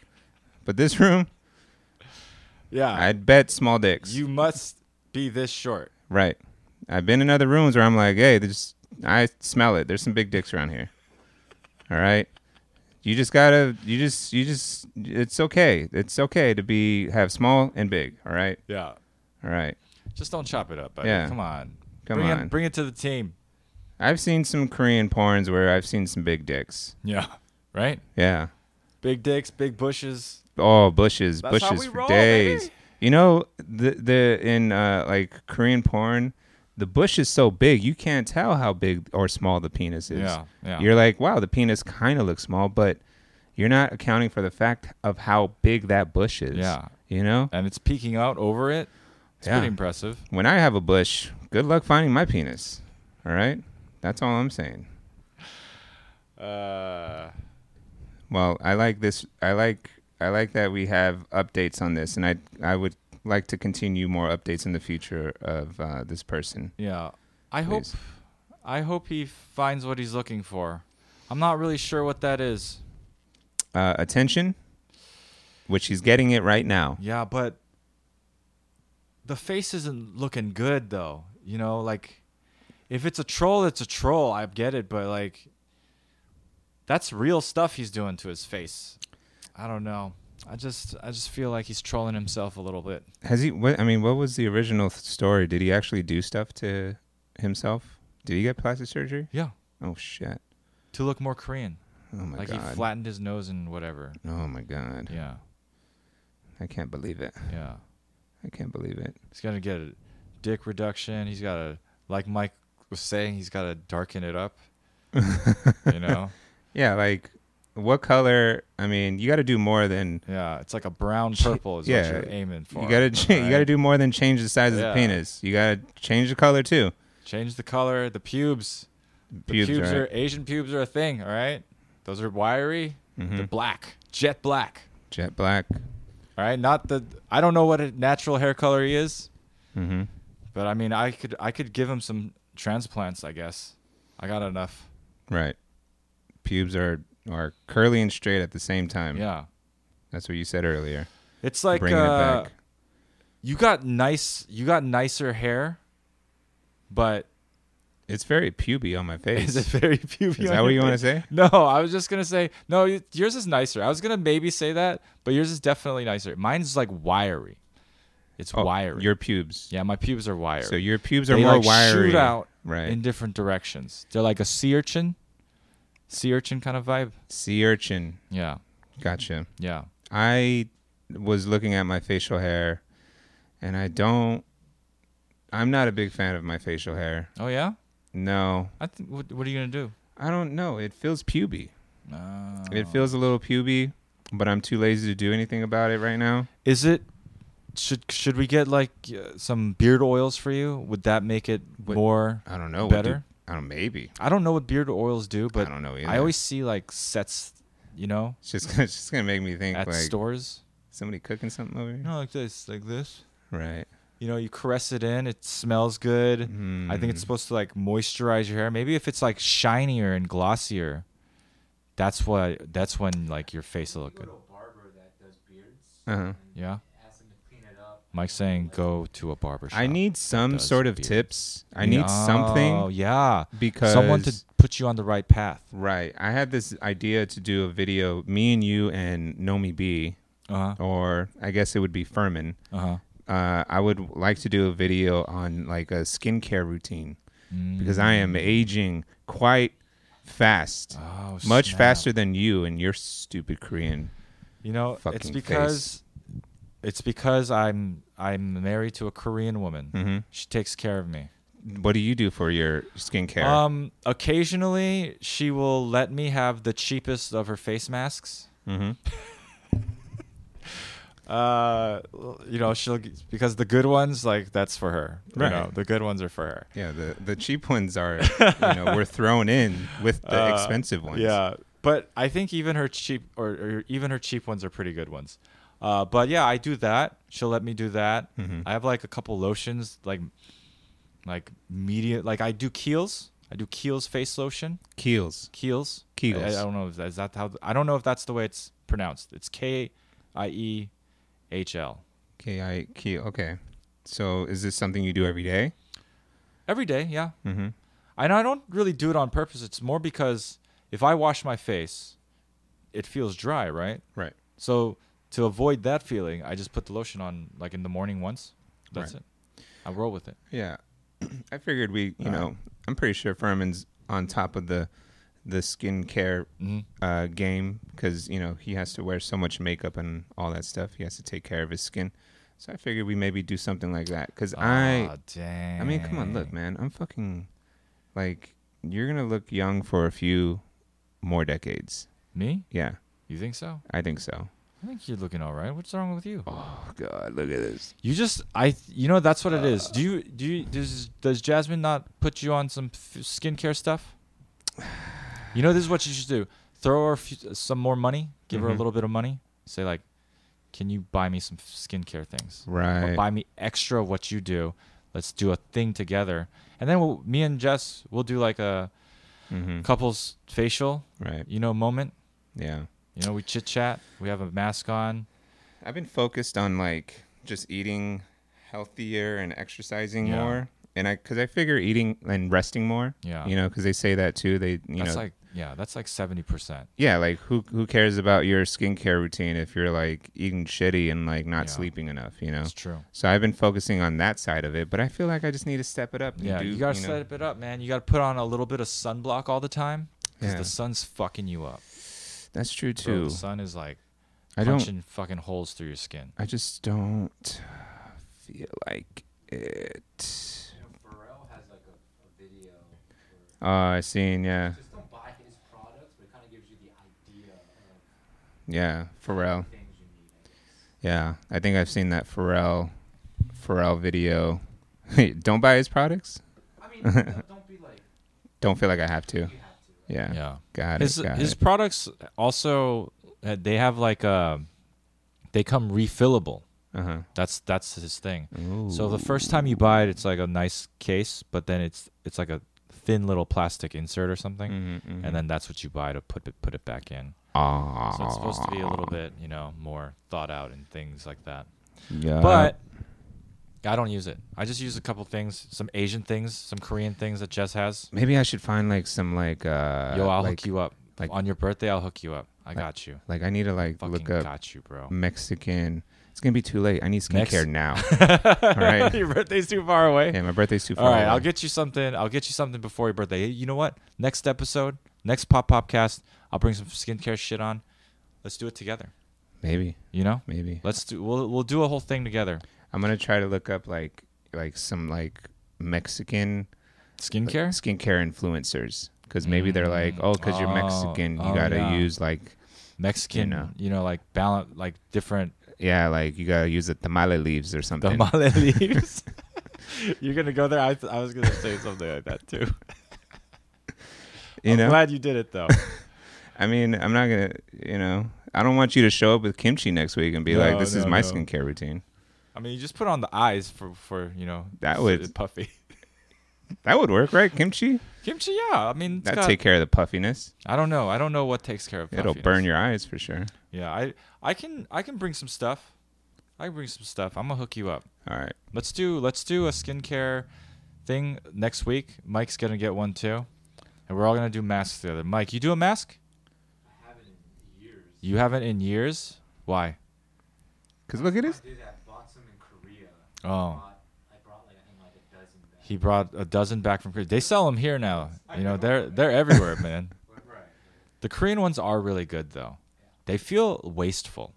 S1: But this room,
S2: Yeah.
S1: I'd bet small dicks.
S2: Uh, you must be this short.
S1: right. I've been in other rooms where I'm like, hey, there's I smell it. There's some big dicks around here. All right. You just gotta. You just. You just. It's okay. It's okay to be have small and big. All right.
S2: Yeah.
S1: All right.
S2: Just don't chop it up, buddy.
S1: Yeah.
S2: Come on.
S1: Come
S2: bring
S1: on.
S2: It, bring it to the team.
S1: I've seen some Korean porns where I've seen some big dicks.
S2: Yeah. Right.
S1: Yeah.
S2: Big dicks, big bushes.
S1: Oh, bushes,
S2: That's how
S1: bushes
S2: we
S1: for
S2: roll,
S1: days.
S2: baby.
S1: You know, the the in uh, like Korean porn, the bush is so big you can't tell how big or small the penis is.
S2: Yeah, yeah.
S1: You're like, wow, the penis kind of looks small, but you're not accounting for the fact of how big that bush is.
S2: Yeah.
S1: You know,
S2: And it's peeking out over it. It's
S1: Yeah.
S2: pretty impressive.
S1: when I have a bush, good luck finding my penis. All right, that's all I'm saying.
S2: Uh,
S1: Well, I like this. I like I like that we have updates on this, and I I would like to continue more updates in the future of uh, this person.
S2: Yeah. I hope
S1: Please.
S2: I hope he finds what he's looking for. I'm not really sure what that is.
S1: Uh, attention, which he's getting it right now.
S2: Yeah, but the face isn't looking good though. You know, like if it's a troll, it's a troll. I get it, but like that's real stuff he's doing to his face. I don't know. I just I just feel like he's trolling himself a little bit.
S1: Has he? What, I mean, what was the original th- story? Did he actually do stuff to himself? Did he get plastic surgery?
S2: Yeah.
S1: Oh shit!
S2: To look more Korean.
S1: Oh my
S2: like
S1: god!
S2: he flattened his nose and whatever.
S1: oh my god!
S2: Yeah.
S1: I can't believe it!
S2: Yeah.
S1: I can't believe it!
S2: He's got to get a dick reduction. He's got to, like Mike was saying, he's got to darken it up. you know?
S1: Yeah, like what color? I mean, you got to do more than
S2: Yeah. It's like a brown purple is
S1: yeah,
S2: what you're aiming for.
S1: You gotta cha- you gotta
S2: right?
S1: do more than change the size
S2: Yeah.
S1: of the penis. You gotta change the color too.
S2: change the color, the pubes. The
S1: Pubes,
S2: pubes,
S1: right.
S2: are Asian pubes are a thing, all right? Those are wiry.
S1: Mm-hmm.
S2: They're black, jet black.
S1: Jet black.
S2: All right, not the I don't know what a natural hair color he is.
S1: Mm-hmm.
S2: But I mean, I could I could give him some transplants, I guess. I got enough.
S1: Right. Pubes are are curly and straight at the same time.
S2: Yeah.
S1: That's what you said earlier.
S2: It's like
S1: Bringing
S2: uh,
S1: it back.
S2: you got nice you got nicer hair, but
S1: It's very puby on my face.
S2: is it very pubic?
S1: Is that what you want to say?
S2: No, I was just gonna say no. y- Yours is nicer. I was gonna maybe say that, but yours is definitely nicer. Mine's like wiry. It's
S1: Oh,
S2: wiry.
S1: Your pubes.
S2: yeah, my pubes are wiry.
S1: So your pubes are
S2: they
S1: more
S2: like
S1: wiry.
S2: shoot out
S1: Right.
S2: in different directions. They're like a sea urchin, sea urchin kind of vibe.
S1: sea urchin.
S2: Yeah,
S1: Gotcha.
S2: yeah.
S1: I was looking at my facial hair, and I don't. I'm not a big fan of my facial hair.
S2: Oh yeah.
S1: No,
S2: I think. What, what are you gonna do?
S1: I don't know. It feels puby.
S2: Ah.
S1: It feels a little puby, but I'm too lazy to do anything about it right now.
S2: Is it? Should should we get like uh, some beard oils for you? Would that make it more?
S1: I don't know. what do-
S2: Better.
S1: I don't. Maybe
S2: I don't know what beard oils do, but
S1: don't know
S2: I
S1: either.
S2: always see like sets, you know,
S1: it's just it's just gonna make me think
S2: at
S1: like
S2: stores.
S1: somebody cooking something over here.
S2: You know, like this, like this.
S1: Right.
S2: You know, you caress it in, it smells good. I think it's supposed to like moisturize your hair. Maybe if it's like shinier and glossier, that's what that's when like your face will look good.
S1: Uh huh.
S2: Yeah. Mike's saying go to a barber shop.
S1: I need some
S2: does
S1: sort of
S2: beard.
S1: tips. I need
S2: Oh
S1: something
S2: yeah.
S1: because
S2: Someone to put you on the right path.
S1: Right. I had this idea to do a video, me and you and Nomi B,
S2: Uh-huh.
S1: or I guess it would be Furman.
S2: Uh-huh.
S1: Uh, I would like to do a video on like a skincare routine
S2: Mm.
S1: because I am aging quite fast,
S2: Oh,
S1: much
S2: snap.
S1: faster than you and your stupid Korean.
S2: You know, it's
S1: fucking
S2: because it's because I'm I'm married to a Korean woman.
S1: Mm-hmm.
S2: She takes care of me.
S1: What do you do for your skincare?
S2: Um, occasionally she will let me have the cheapest of her face masks. Mm-hmm. uh, you know, she'll g- because the good ones like that's for her. You
S1: Right.
S2: know, the good ones are for her.
S1: yeah, the the cheap ones are, you know, were thrown in with the
S2: Uh,
S1: expensive ones.
S2: Yeah, but I think even her cheap or, or even her cheap ones are pretty good ones. Uh, but yeah, I do that. She'll let me do that. I have like a couple lotions, like like medium. Like I do Kiehl's. I do Kiehl's face lotion.
S1: Kiehl's.
S2: Kiehl's.
S1: Kiehl's.
S2: I, I don't know. If that, is that how? I don't know if that's the way it's pronounced. It's K I E H L.
S1: K I Keel. Okay. So is this something you do every day?
S2: Every day, yeah. Mm-hmm. I know I don't really do it on purpose. It's more because if I wash my face, it feels dry, right?
S1: Right.
S2: So to avoid that feeling, I just put the lotion on like in the morning once. That's
S1: Right.
S2: it. I roll with it.
S1: Yeah. I figured we,
S2: Uh-huh.
S1: you know, I'm pretty sure Furman's on top of the the skincare
S2: Mm-hmm.
S1: uh, game because you know he has to wear so much makeup and all that stuff. He has to take care of his skin. So I figured we maybe do something like that because I,
S2: Aw, dang.
S1: I mean, come on, look, man, I'm fucking like you're gonna look young for a few more decades.
S2: Me?
S1: Yeah,
S2: You think so?
S1: I think so.
S2: I think you're looking all right. What's wrong with you?
S1: Oh God, look at this.
S2: You just I you know that's what it is. Do you do you does does Jasmine not put you on some f- skincare stuff? You know this is what you should do. Throw her a few, some more money. Give
S1: Mm-hmm.
S2: her a little bit of money. Say like, can you buy me some skincare things?
S1: Right.
S2: Or buy me extra of what you do. Let's do a thing together. And then we'll, me and Jess will do like a Mm-hmm. couples facial,
S1: Right.
S2: you know, moment.
S1: Yeah.
S2: You know, we chit chat. We have a mask on.
S1: I've been focused on like just eating healthier and exercising
S2: Yeah.
S1: more, and I because I figure eating and resting more.
S2: Yeah.
S1: you know, because they say that too. They you
S2: That's
S1: know,
S2: like yeah, that's like seventy percent.
S1: yeah, like who who cares about your skincare routine if you're like eating shitty and like not
S2: Yeah.
S1: sleeping enough? You know,
S2: It's true.
S1: so I've been focusing on that side of it, but I feel like I just need to step it up. and
S2: Yeah,
S1: do,
S2: you gotta
S1: know-
S2: set it up, man. You gotta put on a little bit of sunblock all the time because
S1: Yeah.
S2: the sun's fucking you up.
S1: That's true
S2: Bro,
S1: too.
S2: the sun is like
S1: I don't.
S2: punching fucking holes through your skin.
S1: I just don't feel like it.
S3: Pharrell has like a, a video.
S1: Oh,
S3: Where
S1: I seen. Yeah,
S3: just don't buy his products, but it kind of gives you the idea of
S1: yeah. Pharrell.
S3: things you need.
S1: Yeah, I think I've seen that Pharrell Pharrell video. don't buy his products.
S3: I mean, don't, don't be like
S1: Don't feel like I have to.
S3: you have to. Right?
S1: Yeah.
S2: Yeah.
S1: Got
S2: His
S1: it. Got
S2: his
S1: it.
S2: products also uh, they have like uh they come refillable.
S1: Uh-huh.
S2: That's that's his thing. So the first time you buy it, it's like a nice case, but then it's it's like a thin little plastic insert or something,
S1: Mm-hmm,
S2: and then that's what you buy to put it put it back in.
S1: Ah,
S2: So it's supposed to be a little bit, you know, more thought out and things like that.
S1: yeah.
S2: But I don't use it. I just use a couple things, some Asian things, some Korean things that Jess has.
S1: maybe I should find like some like uh
S2: Yo, I'll
S1: like,
S2: hook you up.
S1: like-
S2: on your birthday, I'll hook you up. I got you.
S1: Like I need to like
S2: Fucking
S1: look up
S2: got you, bro.
S1: Mexican. It's gonna be too late. I need
S2: Mex-
S1: skincare now. All right.
S2: your birthday's too far away.
S1: Yeah, my birthday's too far.
S2: All right,
S1: away.
S2: I'll get you something. I'll get you something before your birthday. Hey, You know what? Next episode, next pop popcast, I'll bring some skincare shit on. Let's do it together.
S1: maybe.
S2: You know?
S1: Maybe.
S2: Let's do. We'll we'll do a whole thing together.
S1: I'm gonna try to look up like like some like Mexican
S2: Skincare.
S1: skincare influencers because maybe they're like, oh, because you're
S2: Oh,
S1: Mexican, you
S2: oh,
S1: gotta
S2: yeah.
S1: use like
S2: Mexican, you
S1: You
S2: know,
S1: know.
S2: like balance, like different
S1: yeah, like you gotta use the tamale leaves or something.
S2: tamale leaves. You're gonna go there. I, th- I was gonna say something like that too.
S1: you
S2: I'm
S1: know,
S2: glad you did it though.
S1: I mean, I'm not gonna, you know, I don't want you to show up with kimchi next week and be
S2: No,
S1: like, this is
S2: no,
S1: my
S2: no.
S1: skincare routine.
S2: I mean, you just put on the eyes for for you know
S1: That
S2: so
S1: would-
S2: it's puffy
S1: That would work, right? Kimchi
S2: kimchi. Yeah, I mean, it's
S1: that
S2: got-
S1: take care of the puffiness.
S2: I don't know. I don't know what takes care of.
S1: It'll burn
S2: puffiness.
S1: your eyes for sure.
S2: Yeah, I I can I can bring some stuff. I can bring some stuff. I'm gonna hook you up.
S1: All right.
S2: Let's do let's do a skincare thing next week. Mike's gonna get one too, and we're all gonna do masks together. Mike, you do a mask? I haven't in years. You haven't in years? Why?
S1: Cause look at this.
S2: Oh. He brought a dozen back from Korea. They sell them here now. You know, they're they're everywhere, man. The Korean ones are really good though. They feel wasteful.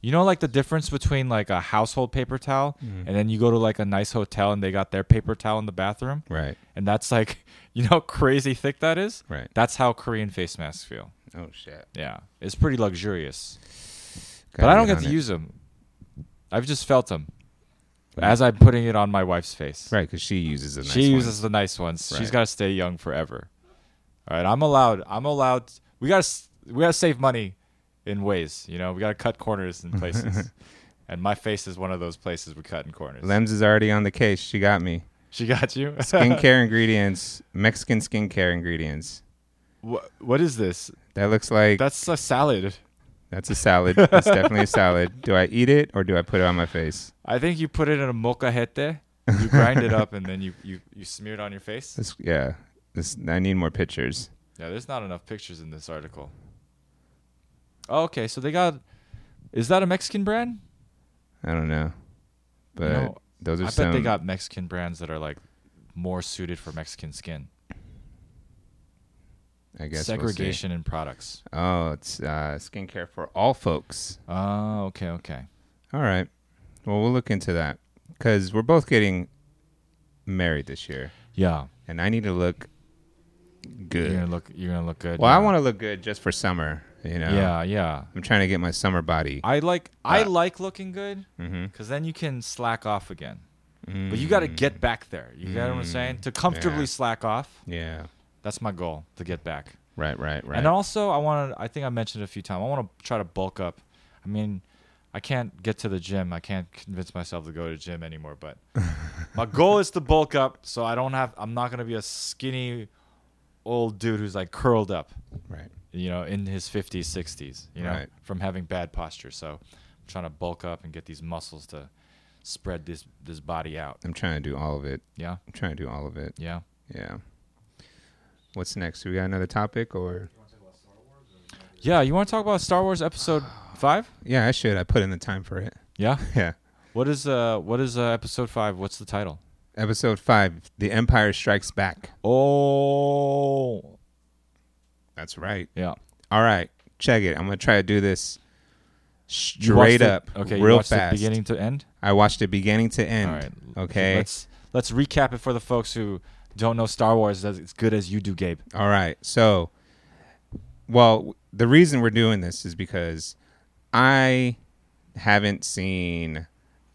S2: You know, like the difference between like a household paper towel
S1: Mm-hmm.
S2: and then you go to like a nice hotel and they got their paper towel in the bathroom,
S1: Right.
S2: and that's like, you know, how crazy thick that is.
S1: Right.
S2: That's how Korean face masks feel.
S1: Oh shit.
S2: Yeah, it's pretty luxurious but
S1: Gotta
S2: I don't get
S1: on
S2: to
S1: it.
S2: use them. I've just felt them as I'm putting it on my wife's face.
S1: Right, because she uses a nice
S2: she
S1: one.
S2: uses the nice ones. She's
S1: Right.
S2: got to stay young forever. All right, I'm allowed. I'm allowed. We gotta s- we gotta save money in ways. You know, we gotta cut corners in places. and my face is one of those places we cut in corners.
S1: Lems is already on the case. She got me.
S2: she got you.
S1: Skincare ingredients, Mexican skincare ingredients.
S2: Wha- what is this?
S1: That looks like
S2: That's a salad.
S1: that's a salad. That's definitely a salad. Do I eat it or do I put it on my face?
S2: I think you put it in a molcajete. You grind it up and then you, you, you smear it on your face.
S1: This, yeah. This, I need more pictures.
S2: Yeah, there's not enough pictures in this article. Oh, okay, so they got. Is that a Mexican brand?
S1: I don't know, but
S2: know,
S1: those
S2: I
S1: are
S2: bet
S1: some.
S2: they got Mexican brands that are like more suited for Mexican skin.
S1: I guess we'll see.
S2: Segregation in products.
S1: oh, it's uh, skincare for all folks.
S2: Oh, okay, okay.
S1: All right. Well, we'll look into that because we're both getting married this year,
S2: Yeah,
S1: and I need to look good.
S2: you're gonna look. You're gonna look good.
S1: Well, I
S2: yeah.
S1: want to look good just for summer. You know. Uh,
S2: Yeah, yeah.
S1: I'm trying to get my summer body.
S2: I like. I like looking good because
S1: mm-hmm.
S2: then you can slack off again. But you got to get back there. You got what I'm saying? To comfortably
S1: Mm. Yeah.
S2: slack off.
S1: yeah.
S2: That's my goal to get back.
S1: Right. Right. Right.
S2: And also, I want to. I think I mentioned it a few times. I want to try to bulk up. I mean, I can't get to the gym. I can't convince myself to go to the gym anymore. But my goal is to bulk up, so I don't have. I'm not gonna be a skinny old dude who's like curled up,
S1: right.
S2: you know, in his 50s, 60s, you know,
S1: Right.
S2: from having bad posture. So I'm trying to bulk up and get these muscles to spread this this body out.
S1: I'm trying to do all of it.
S2: Yeah,
S1: I'm trying to do all of it.
S2: yeah.
S1: Yeah. What's next? We got another topic or?
S2: Yeah, you want to talk about Star Wars Episode Five?
S1: Yeah, I should. I put in the time for it.
S2: Yeah.
S1: Yeah.
S2: What is uh What is uh Episode Five? What's the title?
S1: Episode five: The Empire Strikes Back.
S2: Oh.
S1: That's right.
S2: Yeah.
S1: All right, check it. I'm gonna try to do this
S2: You watched
S1: straight
S2: the-
S1: up,
S2: okay, you
S1: real
S2: watched
S1: fast.
S2: It beginning to end.
S1: I watched it beginning to end.
S2: All right.
S1: Okay.
S2: Let's let's recap it for the folks who don't know Star Wars as, as good as you do, Gabe.
S1: All right. So, well, w- the reason we're doing this is because I haven't seen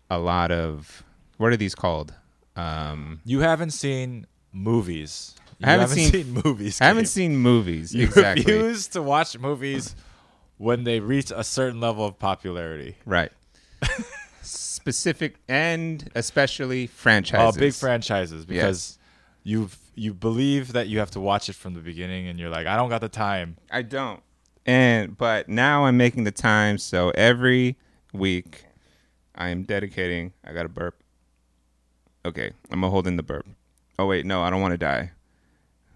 S1: a lot of what are these called? Um,
S2: You haven't seen movies. You
S1: I haven't seen-
S2: movies.
S1: I haven't
S2: Gabe.
S1: seen movies
S2: You
S1: exactly.
S2: refuse to watch movies when they reach a certain level of popularity.
S1: Right. Specific and especially
S2: Oh,
S1: franchises.
S2: big franchises Uh, because you you believe that you have to watch it from the beginning, and you're like, I don't got the time.
S1: I don't. And but now I'm making the time, so every week I am dedicating. I got a burp. Okay, I'm gonna hold in the burp. Oh wait, no, I don't want to die.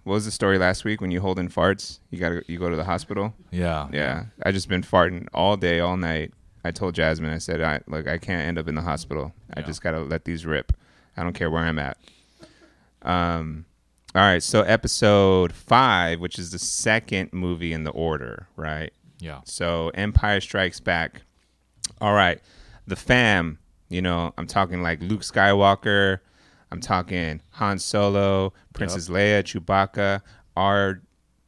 S1: What was the story last week when you hold in farts? You gotta you go to the hospital.
S2: Yeah.
S1: Yeah, I just been farting all day, all night. I told Jasmine, I said, I look, I can't end up in the hospital. I
S2: Yeah.
S1: just gotta let these rip. I don't care where I'm at. Um, all right, so episode five, which is the second movie in the order, right?
S2: Yeah.
S1: So Empire Strikes Back. All right, the fam. You know, I'm talking like Luke Skywalker. I'm talking Han Solo, Princess Leia, Chewbacca,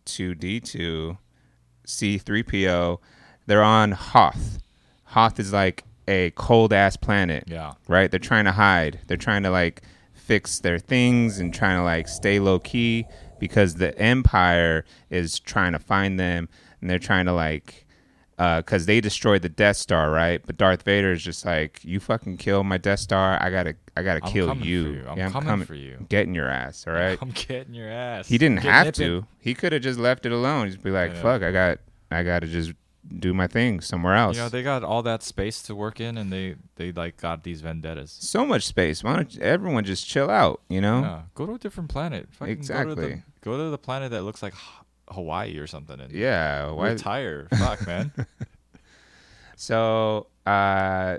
S1: R2D2, C3PO. They're on Hoth. Hoth is like a cold ass planet.
S2: Yeah.
S1: Right? They're trying to hide. They're trying to like fix their things and trying to like stay low key because the empire is trying to find them and they're trying to like because they destroyed the Death Star, right? But Darth Vader is just like, "You fucking kill my Death Star, I gotta, I gotta
S2: I'm
S1: kill
S2: coming
S1: you.
S2: for you. I'm coming for you."
S1: I'm getting your ass, all right."
S2: I'm getting your ass.
S1: He didn't
S2: Get
S1: have
S2: nipping.
S1: to. He could have just left it alone. Just be like,
S2: Yeah.
S1: "Fuck, I got, I gotta just do my thing somewhere else."
S2: You know, they got all that space to work in, and they they like got these vendettas.
S1: so much space. Why don't everyone just chill out? You know?
S2: Yeah. Go to a different planet. Fucking Go to,
S1: Exactly.
S2: the, go to the planet that looks like Ha- Hawaii or something. And
S1: Yeah. Why?
S2: Retire. Fuck, man.
S1: so, uh,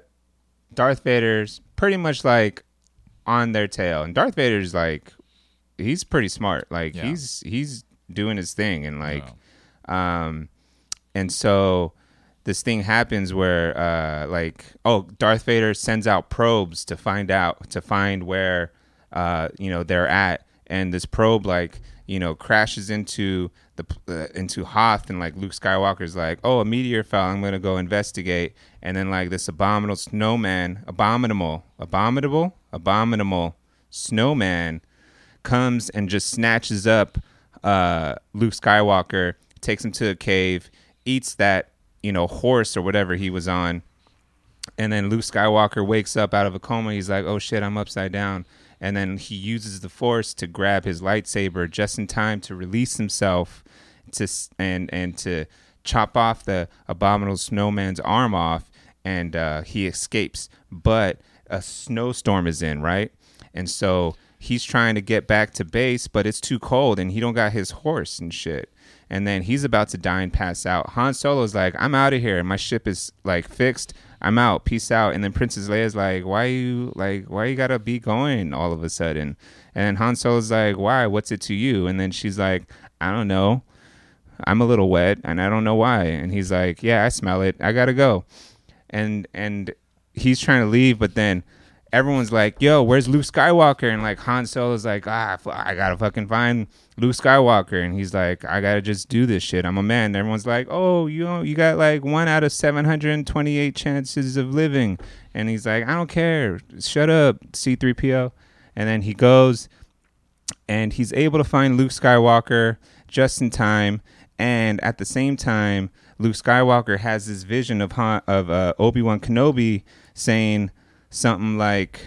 S1: Darth Vader's pretty much like on their tail, and Darth Vader's like, he's pretty smart. Like
S2: Yeah.
S1: he's he's doing his thing, and like.
S2: Yeah.
S1: Um, and so this thing happens where, uh, like, oh, Darth Vader sends out probes to find out to find where, uh, you know, they're at, and this probe, like, you know, crashes into the uh, into Hoth, and like Luke Skywalker's like, oh, a meteor fell, I'm gonna go investigate, and then like this abominable snowman, abominable, abominable, abominable snowman comes and just snatches up uh, Luke Skywalker, takes him to a cave, eats that you know horse or whatever he was on, and then Luke Skywalker wakes up out of a coma. He's like, "Oh shit, I'm upside down." And then he uses the Force to grab his lightsaber just in time to release himself to s- and and to chop off the abominable snowman's arm off, and uh, he escapes. But a snowstorm is in, right? And so he's trying to get back to base, but it's too cold, and he don't got his horse and shit and then he's about to die and pass out. Han Solo's like, "I'm out of here. My ship is like fixed. I'm out. Peace out." And then Princess Leia's like, "Why you like? Why you gotta be going all of a sudden?" And Han Solo's like, "Why? What's it to you?" And then she's like, "I don't know. I'm a little wet, and I don't know why." And he's like, "Yeah, I smell it. I gotta go." And and he's trying to leave, but then. Everyone's like, "Yo, where's Luke Skywalker?" And like Han Solo's like, "Ah, fu- I gotta fucking find Luke Skywalker." And he's like, "I gotta just do this shit. I'm a man." And everyone's like, "Oh, you know, you got like one out of 728 chances of living." And he's like, "I don't care. Shut up, C-3PO." And then he goes, and he's able to find Luke Skywalker just in time. And at the same time, Luke Skywalker has this vision of Han, of uh, Obi Wan Kenobi saying something like,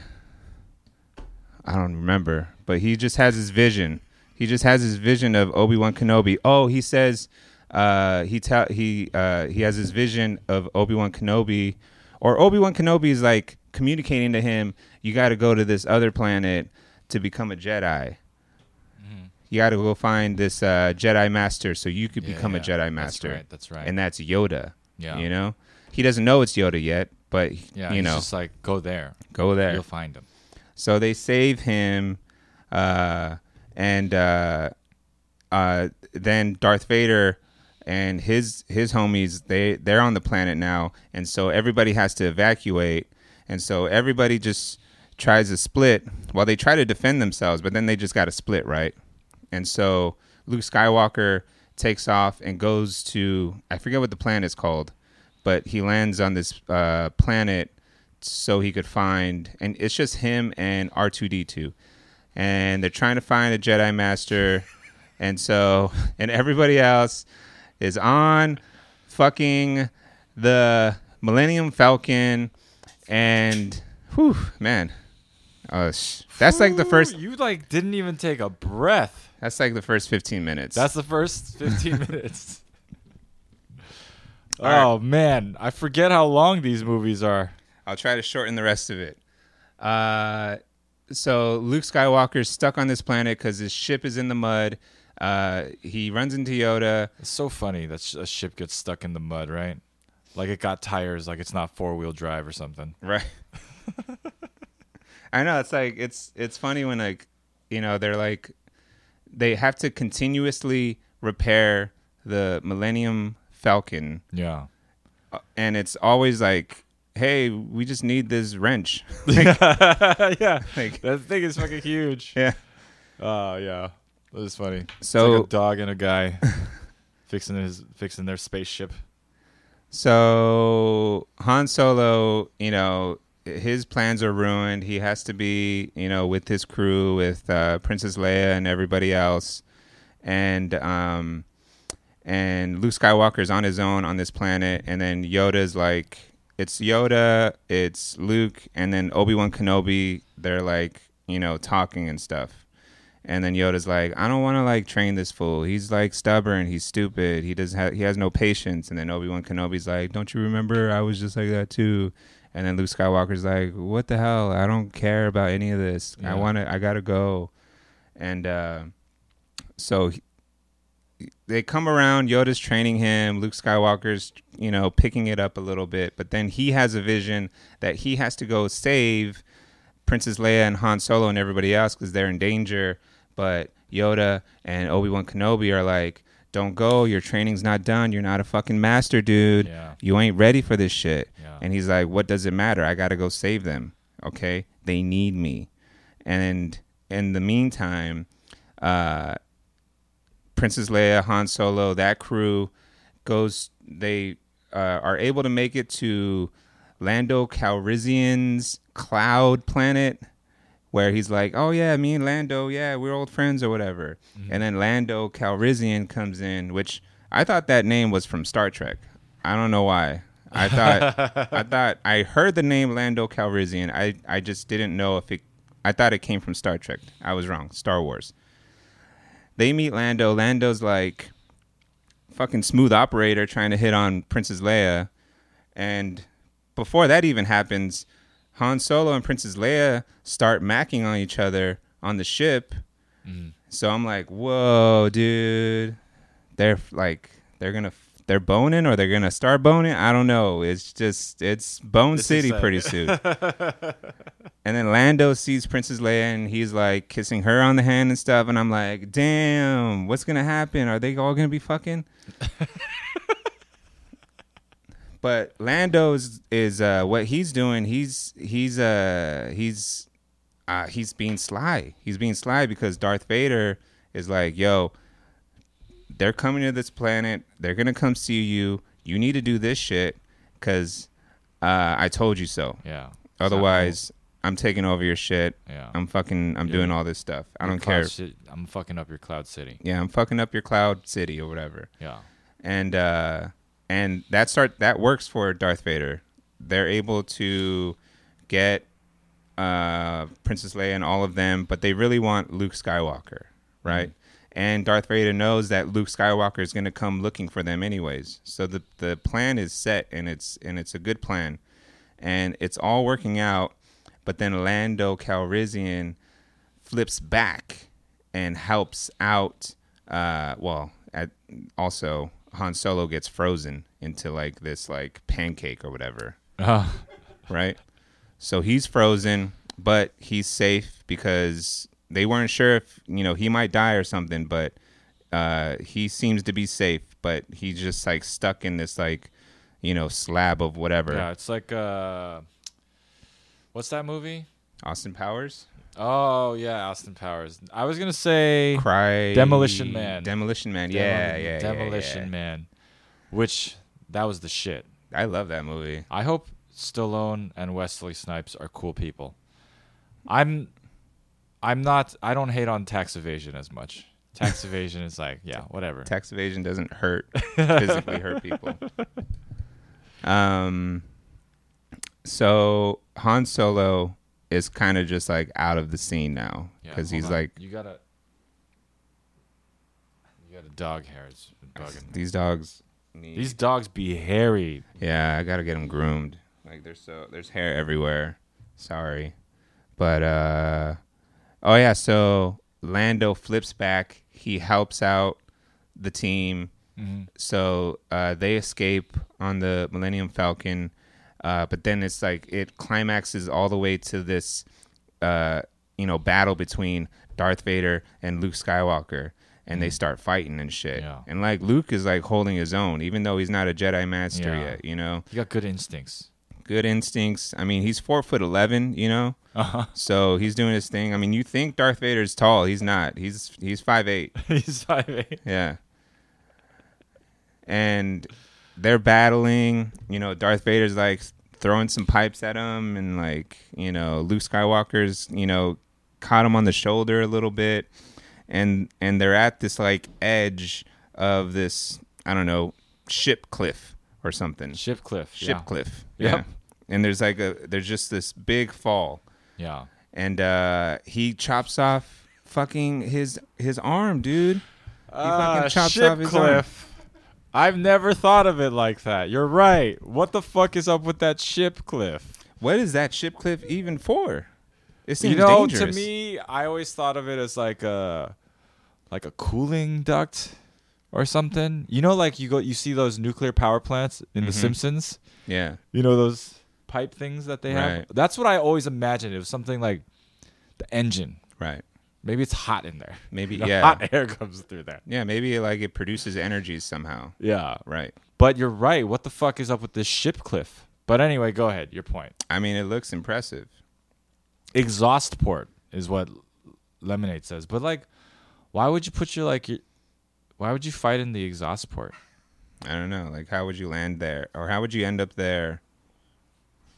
S1: "I don't remember," but he just has his vision. He just has his vision of Obi Wan Kenobi. Oh, he says uh, he tell he uh, he has his vision of Obi Wan Kenobi, or Obi Wan Kenobi is like communicating to him, "You got to go to this other planet to become a Jedi."
S2: Mm-hmm.
S1: you got to go find this uh, Jedi Master so you could
S2: Yeah,
S1: become a
S2: yeah.
S1: Jedi
S2: That's
S1: Master.
S2: right, that's right.
S1: And that's Yoda.
S2: Yeah.
S1: You know, he doesn't know it's Yoda yet, but
S2: Yeah.
S1: you
S2: he's
S1: know,
S2: just like go there.
S1: go there.
S2: You'll find him.
S1: So they save him, uh, and uh, uh, then Darth Vader and his his homies they they're on the planet now, and so everybody has to evacuate, and so everybody just tries to split. Well, they try to defend themselves, but then they just got to split, right? And so Luke Skywalker takes off and goes to I forget what the planet is called, but he lands on this uh, planet so he could find and it's just him and R2D2 and they're trying to find a Jedi master and so and everybody else is on fucking the Millennium Falcon and whew man Uh, sh- that's like the first.
S2: You like didn't even take a breath.
S1: That's like the first 15 minutes.
S2: That's the first 15 minutes.
S1: right.
S2: Oh man, I forget how long these movies are.
S1: I'll try to shorten the rest of it. Uh, so Luke Skywalker's stuck on this planet because his ship is in the mud. Uh, he runs into Yoda.
S2: It's so funny that sh- a ship gets stuck in the mud, right? Like it got tires, like it's not four wheel drive or something.
S1: Right. I know it's like it's it's funny when like you know they're like they have to continuously repair the Millennium Falcon
S2: Yeah.
S1: and it's always like hey we just need this wrench Like,
S2: yeah.
S1: Like-
S2: that thing is fucking huge.
S1: yeah
S2: Oh yeah. That is funny.
S1: So-
S2: it's like a dog and a guy fixing his fixing their spaceship.
S1: So Han Solo, you know, his plans are ruined. He has to be, you know, with his crew, with uh, Princess Leia and everybody else, and um, and Luke Skywalker's on his own on this planet, and then Yoda's like, it's Yoda, it's Luke, and then Obi Wan Kenobi. They're like, you know, talking and stuff. And then Yoda's like, I don't want to like train this fool. He's like stubborn. He's stupid. He doesn't have. He has no patience. And then Obi Wan Kenobi's like, Don't you remember? I was just like that too. And then Luke Skywalker's like, What the hell? I don't care about any of this. I want to. I gotta go. And uh, so he- they come around. Yoda's training him. Luke Skywalker's, you know, picking it up a little bit. But then he has a vision that he has to go save Princess Leia and Han Solo and everybody else because they're in danger. But Yoda and Obi Wan Kenobi are like, "Don't go. Your training's not done. You're not a fucking master, dude.
S2: Yeah.
S1: You ain't ready for this shit."
S2: Yeah.
S1: And he's like, "What does it matter? I gotta go save them. Okay, they need me." And in the meantime, uh, Princess Leia, Han Solo, that crew goes. They uh, are able to make it to Lando Calrissian's cloud planet, where he's like, "Oh yeah, me and Lando, yeah, we're old friends or whatever." And then Lando Calrissian comes in, which I thought that name was from Star Trek. I don't know why. I thought I thought I heard the name Lando Calrissian. I I just didn't know if it. I thought it came from Star Trek. I was wrong. Star Wars they meet Lando. Lando's like fucking smooth operator trying to hit on Princess Leia. And before that even happens, Han Solo and Princess Leia start macking on each other on the ship. So I'm like, whoa, dude. They're f- like, they're going to. They're boning or they're gonna start boning. I don't know. It's just it's Bone City
S2: a-
S1: pretty soon. And then Lando sees Princess Leia and he's like kissing her on the hand and stuff. And I'm like, damn, what's going to happen? Are they all going to be fucking? but Lando's is uh, what he's doing. He's he's uh, he's uh, he's being sly. He's being sly because Darth Vader is like, yo, they're coming to this planet. They're going to come see you. You need to do this shit because uh, I told you so.
S2: Yeah.
S1: Otherwise, I'm taking over your shit.
S2: Yeah.
S1: I'm fucking. I'm doing all this stuff. I don't care.
S2: I'm fucking up your cloud city.
S1: Yeah, I'm fucking up your cloud city or whatever.
S2: Yeah.
S1: And uh, and that start that works for Darth Vader. They're able to get uh, Princess Leia and all of them, but they really want Luke Skywalker, right? And Darth Vader knows that Luke Skywalker is going to come looking for them anyways. So the the plan is set, and it's and it's a good plan, and it's all working out. But then Lando Calrissian flips back and helps out. Uh, well, at, also Han Solo gets frozen into like this like pancake or whatever right? So he's frozen, but he's safe because they weren't sure if you know he might die or something, but uh, he seems to be safe. But he's just like stuck in this like you know slab of whatever.
S2: Yeah, it's like uh what's that movie?
S1: Austin Powers,
S2: Oh yeah, Austin Powers. I was gonna say
S1: Cry,
S2: Demolition Man.
S1: Demolition Man,
S2: Demo-
S1: yeah, yeah,
S2: Demolition
S1: Demolition Man.
S2: Man. Which that was the shit.
S1: I love that movie.
S2: I hope Stallone and Wesley Snipes are cool people. I'm I'm not I don't hate on tax evasion as much. Tax evasion is like, yeah, whatever.
S1: Tax evasion doesn't hurt physically hurt people. Um, so Han Solo is kind of just like out of the scene now
S2: Yeah,
S1: because
S2: hold
S1: he's
S2: on.
S1: like
S2: you gotta, you gotta dog hair. It's been bugging. me.
S1: these dogs. Need,
S2: These dogs be hairy.
S1: yeah, I gotta get them groomed. Like there's so there's hair everywhere. Sorry, but uh, oh yeah. So Lando flips back. He helps out the team. So uh, they escape on the Millennium Falcon, uh, but then it's like it climaxes all the way to this, uh, you know, battle between Darth Vader and Luke Skywalker, and they start fighting and shit.
S2: Yeah.
S1: And like Luke is like holding his own, even though he's not a Jedi Master
S2: Yeah.
S1: yet. You know,
S2: You got good instincts.
S1: good instincts. I mean, he's four foot eleven. You know,
S2: Uh-huh.
S1: so he's doing his thing. I mean, you think Darth Vader's tall? He's not. He's he's five eight.
S2: He's five eight.
S1: Yeah. And they're battling. You know, Darth Vader's like throwing some pipes at him, and like you know, Luke Skywalker's you know caught him on the shoulder a little bit, and and they're at this like edge of this I don't know ship cliff or something.
S2: Ship cliff.
S1: Ship
S2: yeah.
S1: cliff.
S2: Yep.
S1: Yeah. And there's like a there's just this big fall
S2: Yeah.
S1: and uh, he chops off fucking his his arm, dude. He
S2: Ah, Shipcliffe. I've never thought of it like that. You're right. What the fuck is up with that ship cliff?
S1: What is that ship cliff even for? It seems
S2: you know,
S1: dangerous.
S2: to me, I always thought of it as like a like a cooling duct or something. You know, like you go, you see those nuclear power plants in
S1: Mm-hmm.
S2: The Simpsons.
S1: yeah,
S2: You know those pipe things that they have.
S1: Right.
S2: That's what I always imagined. It was something like the engine.
S1: right.
S2: Maybe it's hot in there.
S1: Maybe
S2: You know,
S1: yeah,
S2: hot air comes through there.
S1: yeah. Maybe like it produces energy somehow.
S2: Yeah,
S1: Right.
S2: But you're right. What the fuck is up with this ship cliff? But anyway, go ahead. Your point.
S1: I mean, it looks impressive.
S2: Exhaust port is what Lemonade says. But like, why would you put your like, your, why would you fight in the exhaust port?
S1: I don't know. Like, how would you land there, or how would you end up there?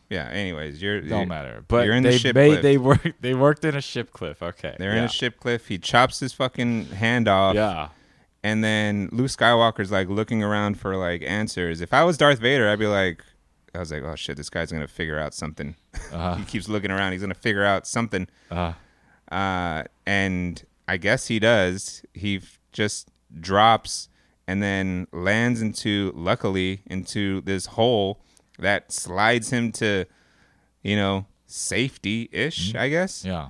S1: Yeah. Anyways, you're
S2: Don't
S1: you-
S2: matter. But
S1: you're in
S2: they
S1: the ship
S2: made
S1: cliff.
S2: they worked they worked in a ship cliff. Okay.
S1: They're
S2: yeah.
S1: in a ship cliff. He chops his fucking hand off.
S2: Yeah.
S1: and then Luke Skywalker's like looking around for like answers. If I was Darth Vader, I'd be like, I was like, oh shit, this guy's gonna figure out something.
S2: Uh-huh.
S1: he keeps looking around. He's gonna figure out something. uh and I guess he does. He f- just drops and then lands into, luckily, into this hole that slides him to, you know, safety ish. I guess
S2: Mm-hmm. Yeah.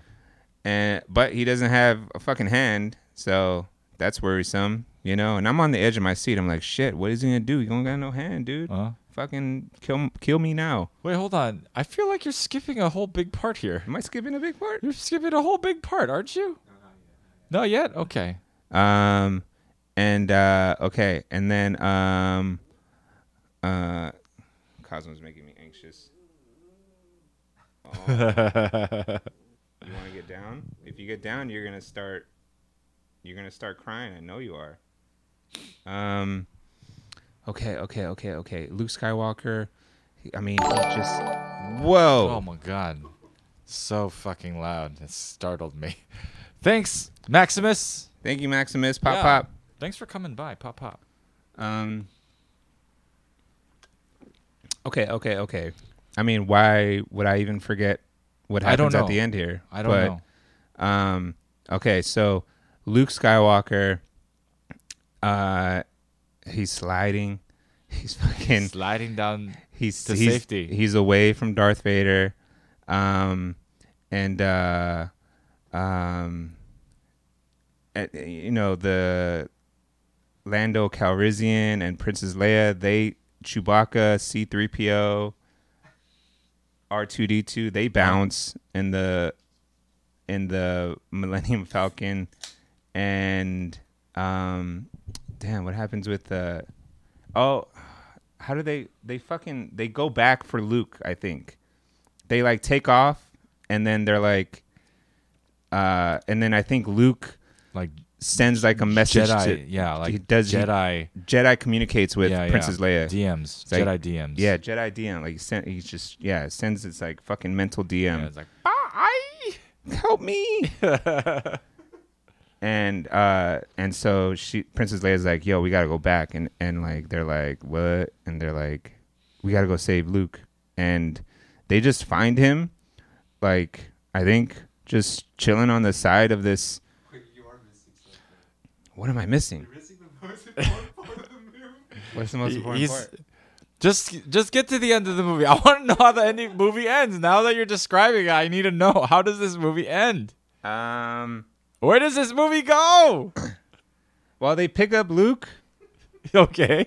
S1: and but he doesn't have a fucking hand, so that's worrisome, you know. And I'm on the edge of my seat. I'm like, shit, what is he gonna do? He don't got no hand, dude.
S2: Uh-huh.
S1: Fucking kill, kill me now.
S2: Wait, hold on. I feel like you're skipping a whole big part here.
S1: Am I skipping a big part?
S2: You're skipping a whole big part, aren't you? Not yet. Okay.
S1: Um, and uh, okay, and then um, uh, Cosmo's making me anxious. Oh. you want to get down? If you get down, you're gonna start. You're gonna start crying. I know you are. Um. Okay. Okay. Okay. Okay. Luke Skywalker. he- I mean, he just. Whoa.
S2: Oh my god. So fucking loud. It startled me. Thanks, Maximus.
S1: Thank you, Maximus. Pop.
S2: Yeah.
S1: Pop.
S2: Thanks for coming by. Pop pop.
S1: Um. Okay, okay, okay. I mean, why would I even forget what
S2: I don't
S1: happens at the
S2: know.
S1: end here?
S2: I don't know.
S1: know. Um. Okay, so Luke Skywalker. Uh, he's sliding. He's fucking.
S2: Sliding down
S1: He's
S2: to
S1: he's,
S2: safety.
S1: He's away from Darth Vader. Um, and uh, um, at- you know the Lando Calrissian and Princess Leia, they Chewbacca, C three PO, R two D two, they bounce in the in the Millennium Falcon, and um, damn, what happens with uh, oh, how do they they fucking they go back for Luke? I think they like take off and then they're like, uh, and then I think Luke
S2: like
S1: sends like a message
S2: Jedi.
S1: to
S2: yeah, like
S1: he does he-
S2: Jedi
S1: Jedi communicates with
S2: yeah, yeah.
S1: Princess Leia.
S2: DMs.
S1: It's like-
S2: Jedi DMs.
S1: Yeah, Jedi DM. Like he sent, he's just yeah sends this like fucking mental
S2: Yeah,
S1: DM.
S2: it's like
S1: Help me. and uh and so she Princess Leia's like, yo, we gotta go back, and and like they're like, what? And they're like, we gotta go save Luke, and they just find him. like I think just chilling on the side of this. What am I missing? What's the most
S2: He-
S1: important
S2: he's
S1: part?
S2: just just get to the end of the movie. I want to know how the ending movie ends. Now that you're describing it, I need to know how does this movie end?
S1: Um.
S2: Where does this movie go?
S1: While they pick up Luke,
S2: okay.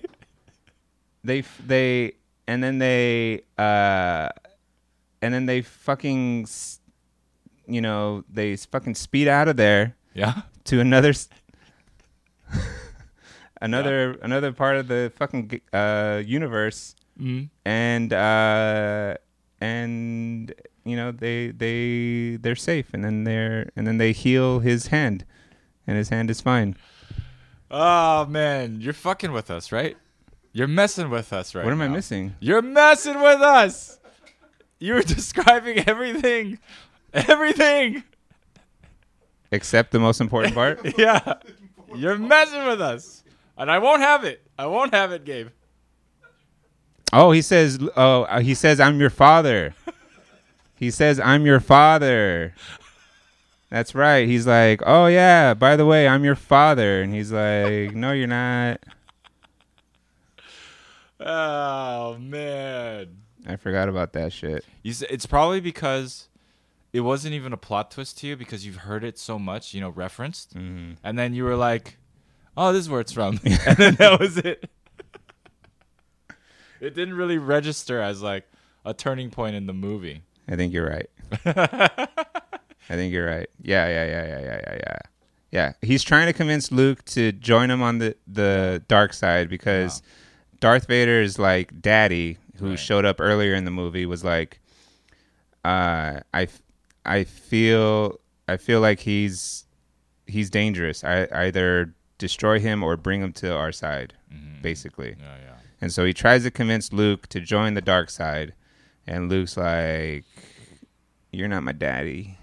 S1: they f- they and then they uh, and then they fucking, s- you know, they s- fucking speed out of there
S2: Yeah.
S1: to another, s- another another part of the fucking g- uh universe, and uh and you know they they they're safe, and then they're and then they heal his hand, and his hand is fine.
S2: Oh man, you're fucking with us, right? You're messing with us, right?
S1: What am I
S2: now.
S1: missing?
S2: You're messing with us. You were describing everything, everything.
S1: Except the most important part.
S2: Yeah. You're messing with us, and I won't have it. I won't have it, Gabe.
S1: Oh, he says. Oh, uh, he says, "I'm your father." he says, "I'm your father." That's right. He's like, "Oh yeah, by the way, I'm your father," and he's like, "No, you're not."
S2: Oh man.
S1: I forgot about that shit.
S2: You s- it's probably because it wasn't even a plot twist to you because you've heard it so much, you know, referenced, and then you were like, "Oh, this is where it's from," and then that was it. it didn't really register as like a turning point in the movie.
S1: I think you're right. I think you're right. Yeah, yeah, yeah, yeah, yeah, yeah, yeah. Yeah, he's trying to convince Luke to join him on the the dark side because Darth Vader is like daddy who showed up earlier in the movie was like uh I f- I feel I feel like he's he's dangerous. I either destroy him or bring him to our side basically.
S2: Oh yeah.
S1: And so he tries to convince Luke to join the dark side. And Luke's like, You're not my daddy.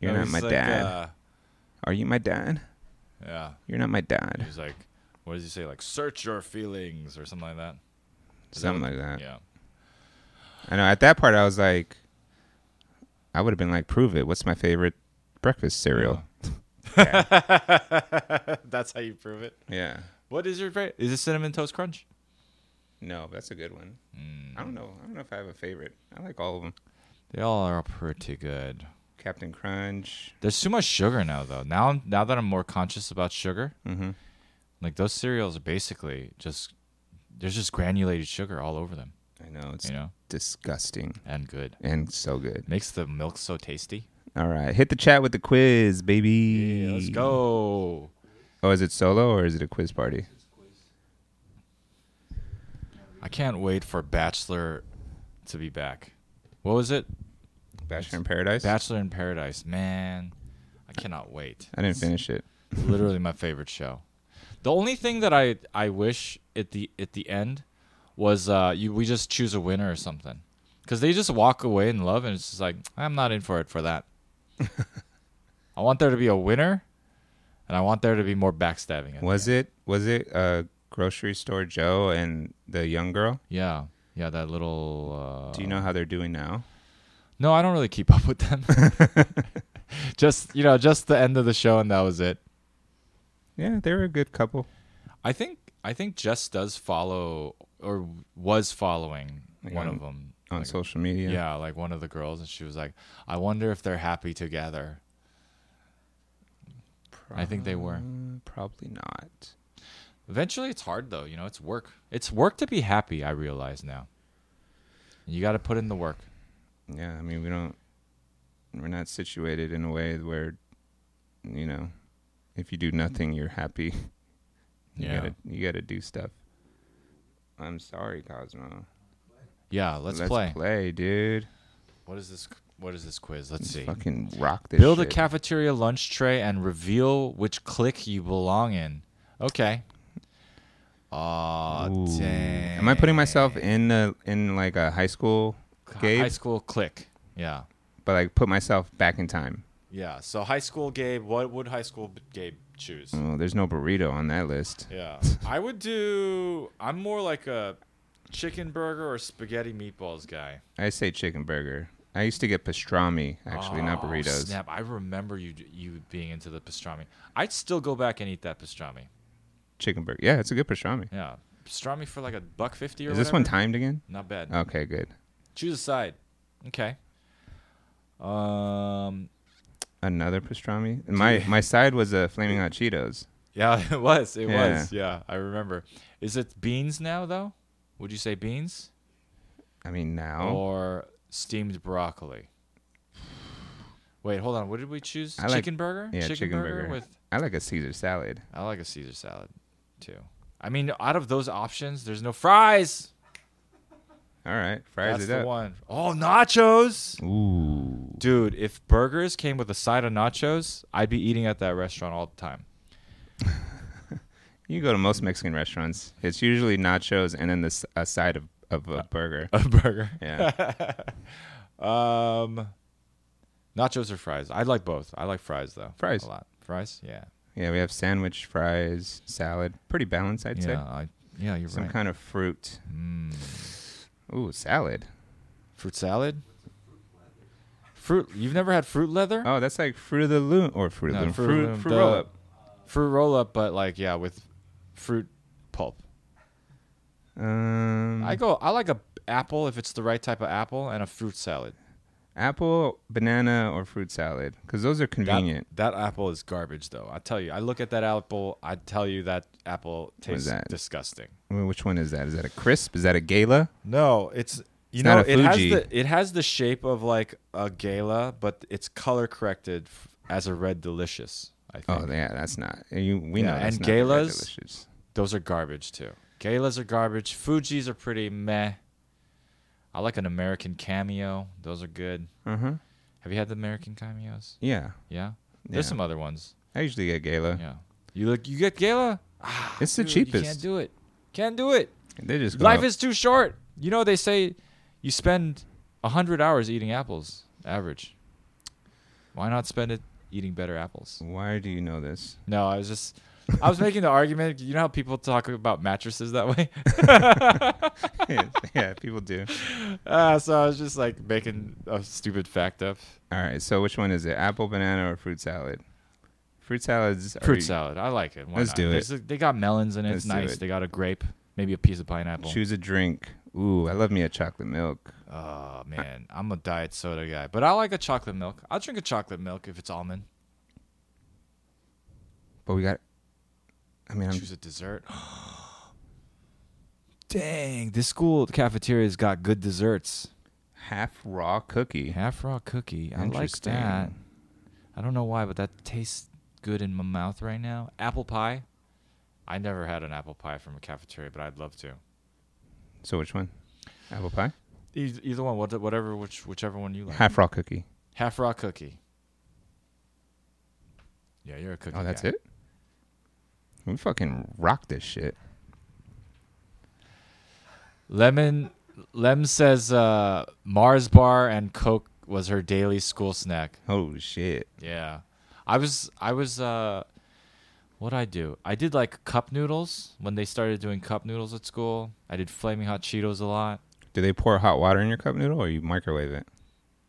S1: You're not my dad. Are you my dad?
S2: uh, yeah.
S1: You're not my dad.
S2: He's like, what does he say? Like, search your feelings or something like that.
S1: Something like that.
S2: Yeah.
S1: I know at that part, I was like, I would have been like, Prove it. What's my favorite breakfast cereal?
S2: That's how you prove it.
S1: Yeah.
S2: What is your favorite? Is it cinnamon toast crunch?
S1: No, that's a good one.
S2: Mm.
S1: I don't know. I don't know if I have a favorite. I like all of them.
S2: They all are pretty good.
S1: Captain Crunch.
S2: There's too much sugar now, though. Now, I'm, now that I'm more conscious about sugar, like those cereals are basically just there's just granulated sugar all over them,
S1: I know. It's
S2: you know,
S1: disgusting
S2: and good.
S1: and so good.
S2: Makes the milk so tasty.
S1: All right. Hit the chat with the quiz, baby.
S2: Yeah, let's go.
S1: Oh, is it solo or is it a quiz party?
S2: I can't wait for Bachelor to be back. What was it?
S1: Bachelor in Paradise.
S2: Bachelor in Paradise. Man, I cannot wait.
S1: I didn't finish it.
S2: literally my favorite show. The only thing that I, I wish at the at the end was uh, you we just choose a winner or something because they just walk away in love and it's just like I'm not in for it for that. I want there to be a winner, and I want there to be more backstabbing.
S1: Was it? Was it uh, grocery store Joe and the young girl?
S2: Yeah, yeah, that little. Uh,
S1: Do you know how they're doing now?
S2: No, I don't really keep up with them. just you know, just the end of the show, and that was it.
S1: Yeah, they were a good couple.
S2: I think I think Jess does follow or was following one
S1: on-
S2: of them
S1: On social media,
S2: Yeah, like one of the girls, and she was like, "I wonder if they're happy together." I think they were.
S1: Mm, probably not.
S2: Eventually, it's hard though. You know, it's work. It's work to be happy. I realize now. You got to put in the work.
S1: Yeah, I mean we don't, we're not situated in a way where, you know, if you do nothing, you're happy. you
S2: Yeah.
S1: gotta, you gotta do stuff. I'm sorry, Cosmo.
S2: Yeah, let's, play.
S1: play, dude.
S2: What is this? What is this quiz? Let's see.
S1: Fucking rock this.
S2: Build a
S1: shit.
S2: cafeteria lunch tray and reveal which clique you belong in. Okay. Oh, dang.
S1: Am I putting myself in a, in like a high school Gabe?
S2: High school clique. Yeah.
S1: But like put myself back in time.
S2: Yeah. So high school Gabe, what would high school b- Gabe choose?
S1: Oh, there's no burrito on that list.
S2: Yeah. I would do I'm more like a chicken burger or spaghetti meatballs guy.
S1: I say chicken burger. I used to get pastrami actually, not
S2: Oh,
S1: burritos.
S2: Snap! I remember you you being into the pastrami. I'd still go back and eat that pastrami.
S1: Chicken burger. Yeah, it's a good pastrami.
S2: Yeah, pastrami for like a buck fifty or.
S1: Is this one Oh.
S2: whatever?
S1: timed again?
S2: Not bad.
S1: Okay, good.
S2: Choose a side. Okay. Um.
S1: Another pastrami. My my side was a flaming hot Cheetos.
S2: Yeah, it was. It
S1: Yeah.
S2: was. Yeah, I remember. Is it beans now though? Would you say beans
S1: I mean now
S2: or steamed broccoli? Wait, hold on. What did we choose?
S1: I like-
S2: chicken burger.
S1: yeah, chicken, burger.
S2: with.
S1: I like a Caesar salad.
S2: I like a Caesar salad, too. I mean, out of those options, there's no fries.
S1: All right, fries
S2: That's
S1: it
S2: the
S1: up.
S2: one. Oh, nachos.
S1: Ooh,
S2: Dude, if burgers came with a side of nachos, I'd be eating at that restaurant all the time.
S1: you go to most Mexican restaurants. It's usually nachos and then the s- a side of of a burger.
S2: A burger.
S1: Yeah.
S2: Um, nachos or fries? I like both. I like fries though.
S1: Fries.
S2: a lot. Fries. Yeah.
S1: Yeah, we have sandwich, fries, salad. Pretty balanced, I'd
S2: yeah.
S1: say.
S2: I, yeah, you're
S1: Some
S2: right. Mm.
S1: kind of fruit. Ooh, salad.
S2: Fruit salad. Fruit. You've never had fruit leather?
S1: Oh, that's like fruit of the loom or fruit of
S2: No,
S1: the loom.
S2: Fruit
S1: Fruit,
S2: of the
S1: fruit,
S2: Loom, duh.
S1: roll up.
S2: Fruit roll up, but like yeah, with fruit pulp.
S1: Um,
S2: I go. I like a apple if it's the right type of apple and a fruit salad.
S1: apple, banana, or fruit salad because those are
S2: That-
S1: convenient.
S2: That, apple is garbage, though. I tell you, I look at that apple. I tell you that apple tastes
S1: that?
S2: disgusting.
S1: I mean, which one is that? Is that a crisp? Is that a gala?
S2: No, it's you know
S1: not a
S2: it has
S1: Fuji.
S2: the it has the shape of like a gala, but it's color corrected f- as a red delicious. I think
S1: Oh, yeah, that's not. You, we
S2: Yeah,
S1: know that's
S2: and
S1: not the red
S2: galas?
S1: delicious.
S2: those are garbage too. Galas are garbage. Fuji's are pretty meh. I like an American cameo. Those are good.
S1: Uh huh.
S2: Have you had the American cameos?
S1: Yeah,
S2: Yeah. There's
S1: Yeah.
S2: some other ones.
S1: I usually get gala.
S2: Yeah. You look. You get gala.
S1: It's the
S2: Dude, You can't
S1: cheapest.
S2: do it. Can't do it.
S1: They just go
S2: Life
S1: up-
S2: is too short. You know they say you spend hundred hours eating apples, average. Why not spend it eating better apples?
S1: Why do you know this?
S2: No, I was just I was making the argument. You know how people talk about mattresses that way.
S1: yeah, people do.
S2: Uh, so I was just like making a stupid fact up.
S1: All right, so which one is it? Apple, banana, or fruit salad? Fruit salads. are
S2: Fruit
S1: u-
S2: salad, I like it. Why
S1: Let's
S2: not?
S1: do it.
S2: There's a- they got melons in it.
S1: Let's
S2: It's
S1: do
S2: nice.
S1: it.
S2: They got a grape, maybe a piece of pineapple.
S1: Choose a drink. Ooh, I love me a chocolate milk.
S2: Oh man, I'm a diet soda guy, but I like a chocolate milk. I'll drink a chocolate milk if it's almond.
S1: But we got. I mean, I'm,
S2: choose a dessert. Dang, this school cafeteria's got good desserts.
S1: half raw cookie.
S2: Half raw cookie. I like
S1: Interesting.
S2: that. I don't know why, but that tastes good in my mouth right now. Apple pie. I never had an apple pie from a cafeteria, but I'd love to.
S1: So which one? Apple pie.
S2: Eith- Either one, what- whatever, which whichever one you like.
S1: Half raw cookie.
S2: Half raw cookie. Yeah, you're a cookie.
S1: Oh, that's
S2: guy.
S1: it. We fucking rock this shit.
S2: Lemon Lem says uh, Mars bar and Coke was her daily school snack.
S1: Oh shit.
S2: Yeah. I was I was uh what I do? I did like cup noodles when they started doing cup noodles at school. I did flaming hot Cheetos a lot.
S1: Do they pour hot water in your cup noodle, or you microwave it?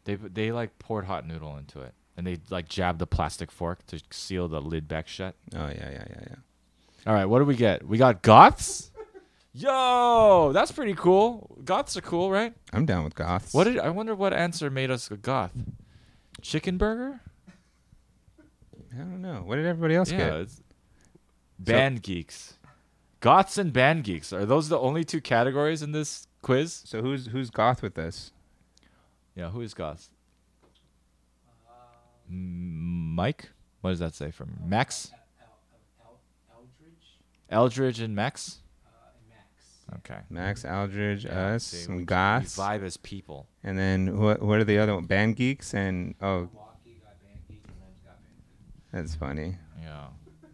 S2: They they like poured hot noodle into it. And they like jabbed the plastic fork to seal the lid back shut.
S1: Oh yeah, yeah, yeah, yeah.
S2: All right, what do we get? We got goths? Yo, that's pretty cool. Goths are cool, right?
S1: I'm down with goths.
S2: What did I wonder what answer made us a goth? Chicken burger?
S1: I don't know. What did everybody else
S2: yeah.
S1: get?
S2: It's band geeks. Goths and band geeks. Are those the only two categories in this quiz?
S1: So who's who's goth with us?
S2: Yeah, who is goth? M- Mike? What does that say from Max? Eldridge and Max? Okay.
S1: Max Aldridge, us,
S2: see, we-
S1: Uh, some goths,
S2: We vibe as people.
S1: and then what? What are the other one? band geeks and oh, that's funny.
S2: Yeah.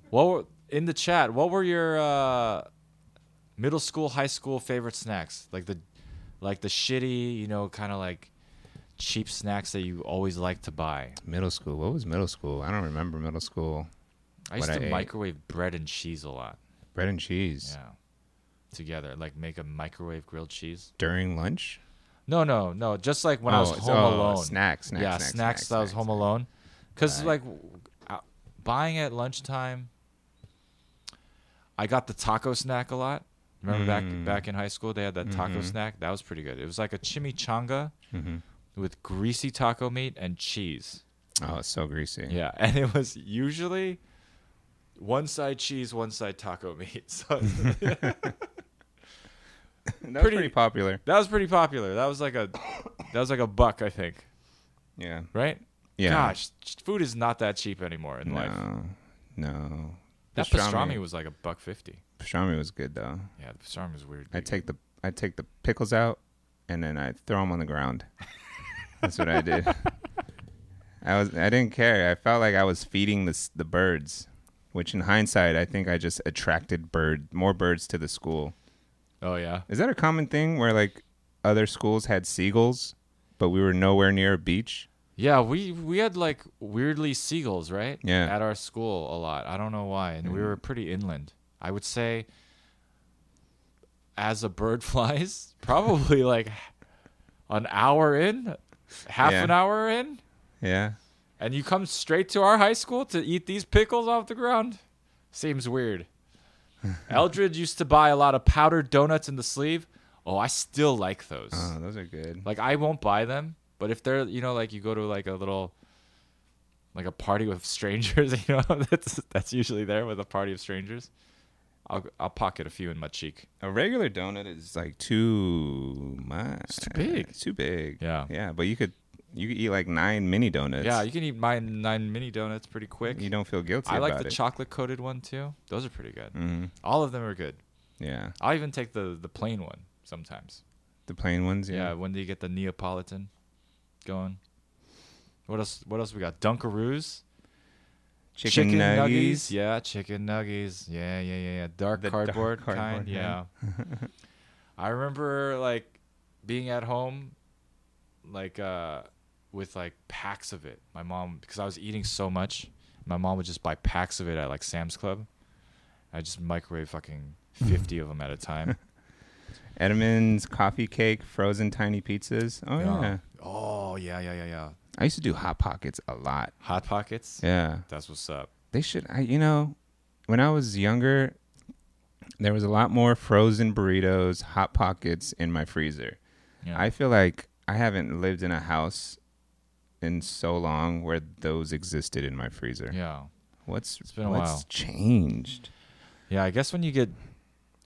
S2: What were, in the chat? What were your uh, middle school, high school favorite snacks? Like the, like the shitty, you know, kind of like cheap snacks that you always like to buy.
S1: Middle school. What was middle school? I don't remember middle school.
S2: I used
S1: What
S2: to
S1: I ate.
S2: microwave bread and cheese a lot.
S1: Bread and cheese
S2: Yeah. Together, like make a microwave grilled cheese.
S1: during lunch.
S2: No, no, no. Just like when I
S1: Oh,
S2: was
S1: it's-
S2: home
S1: oh,
S2: alone.
S1: snack, snack,
S2: yeah,
S1: snack,
S2: snacks.
S1: snack,
S2: that I was
S1: snack,
S2: home alone. Because like w- out- buying at lunchtime, I got the taco snack a lot. Remember back back in high school, they had that taco snack. That was pretty good. It was like a chimichanga with greasy taco meat and cheese.
S1: Oh, it's so greasy.
S2: Yeah, and it was usually one side cheese, one side taco meat. So it's-
S1: That was pretty,
S2: Pretty-
S1: popular.
S2: that was pretty popular. That was like a that was like a buck, I think.
S1: Yeah.
S2: right?
S1: Yeah.
S2: Gosh, ch- food is not that cheap anymore in life.
S1: No. No.
S2: That pastrami was like a buck fifty.
S1: pastrami was good though.
S2: Yeah, the pastrami was weird.
S1: I take the I take the pickles out and then I throw them on the ground. That's what I did. I was I didn't care. I felt like I was feeding the s- the birds, which in hindsight I think I just attracted bird more birds to the school.
S2: oh yeah.
S1: Is that a common thing where like other schools had seagulls, but we were nowhere near a beach?
S2: Yeah, we we had like weirdly seagulls, right?
S1: Yeah. Mm-hmm.
S2: At our school a lot. I don't know why, and we were pretty inland. I would say, as a bird flies, probably like an hour in, half
S1: Yeah.
S2: an hour in,
S1: Yeah.
S2: and you come straight to our high school to eat these pickles off the ground? Seems weird. Eldred used to buy a lot of powdered donuts in the sleeve. Oh, I still like those.
S1: Oh, those are good.
S2: Like I won't buy them, but if they're, you know, like you go to like a little like a party with strangers, you know, that's that's usually there with a party of strangers. I'll I'll pocket a few in my cheek.
S1: A regular donut is like too much.
S2: It's too big.
S1: It's too big.
S2: Yeah.
S1: Yeah, but you could you could eat like nine mini donuts.
S2: yeah, you can eat my nine mini donuts pretty quick.
S1: you don't feel guilty.
S2: I like
S1: about
S2: the
S1: it. Mm-hmm.
S2: chocolate coated one too. Those are pretty good. All of them are good.
S1: Yeah,
S2: I'll even take the the plain one sometimes.
S1: the plain ones.
S2: Yeah,
S1: Yeah.
S2: when do you get the Neapolitan going? What else? What else we got? Dunkaroos, yeah, chicken nuggies, yeah, yeah, yeah, yeah. Dark
S1: The dark
S2: cardboard kind,
S1: cardboard,
S2: yeah.
S1: yeah.
S2: I remember like being at home, like uh, with like packs of it. My mom, because I was eating so much, my mom would just buy packs of it at like Sam's Club. I just microwave fucking fifty of them at a time.
S1: Edam's coffee cake, frozen tiny pizzas. Oh yeah.
S2: Oh yeah, yeah, yeah, yeah.
S1: I used to do hot pockets a lot.
S2: Hot pockets.
S1: Yeah,
S2: That's what's up.
S1: they should. I you know, when I was younger, there was a lot more frozen burritos, hot pockets in my freezer.
S2: Yeah.
S1: I feel like I haven't lived in a house in so long where those existed in my freezer.
S2: yeah.
S1: What's
S2: been a
S1: what's
S2: while.
S1: changed?
S2: Yeah, I guess when you get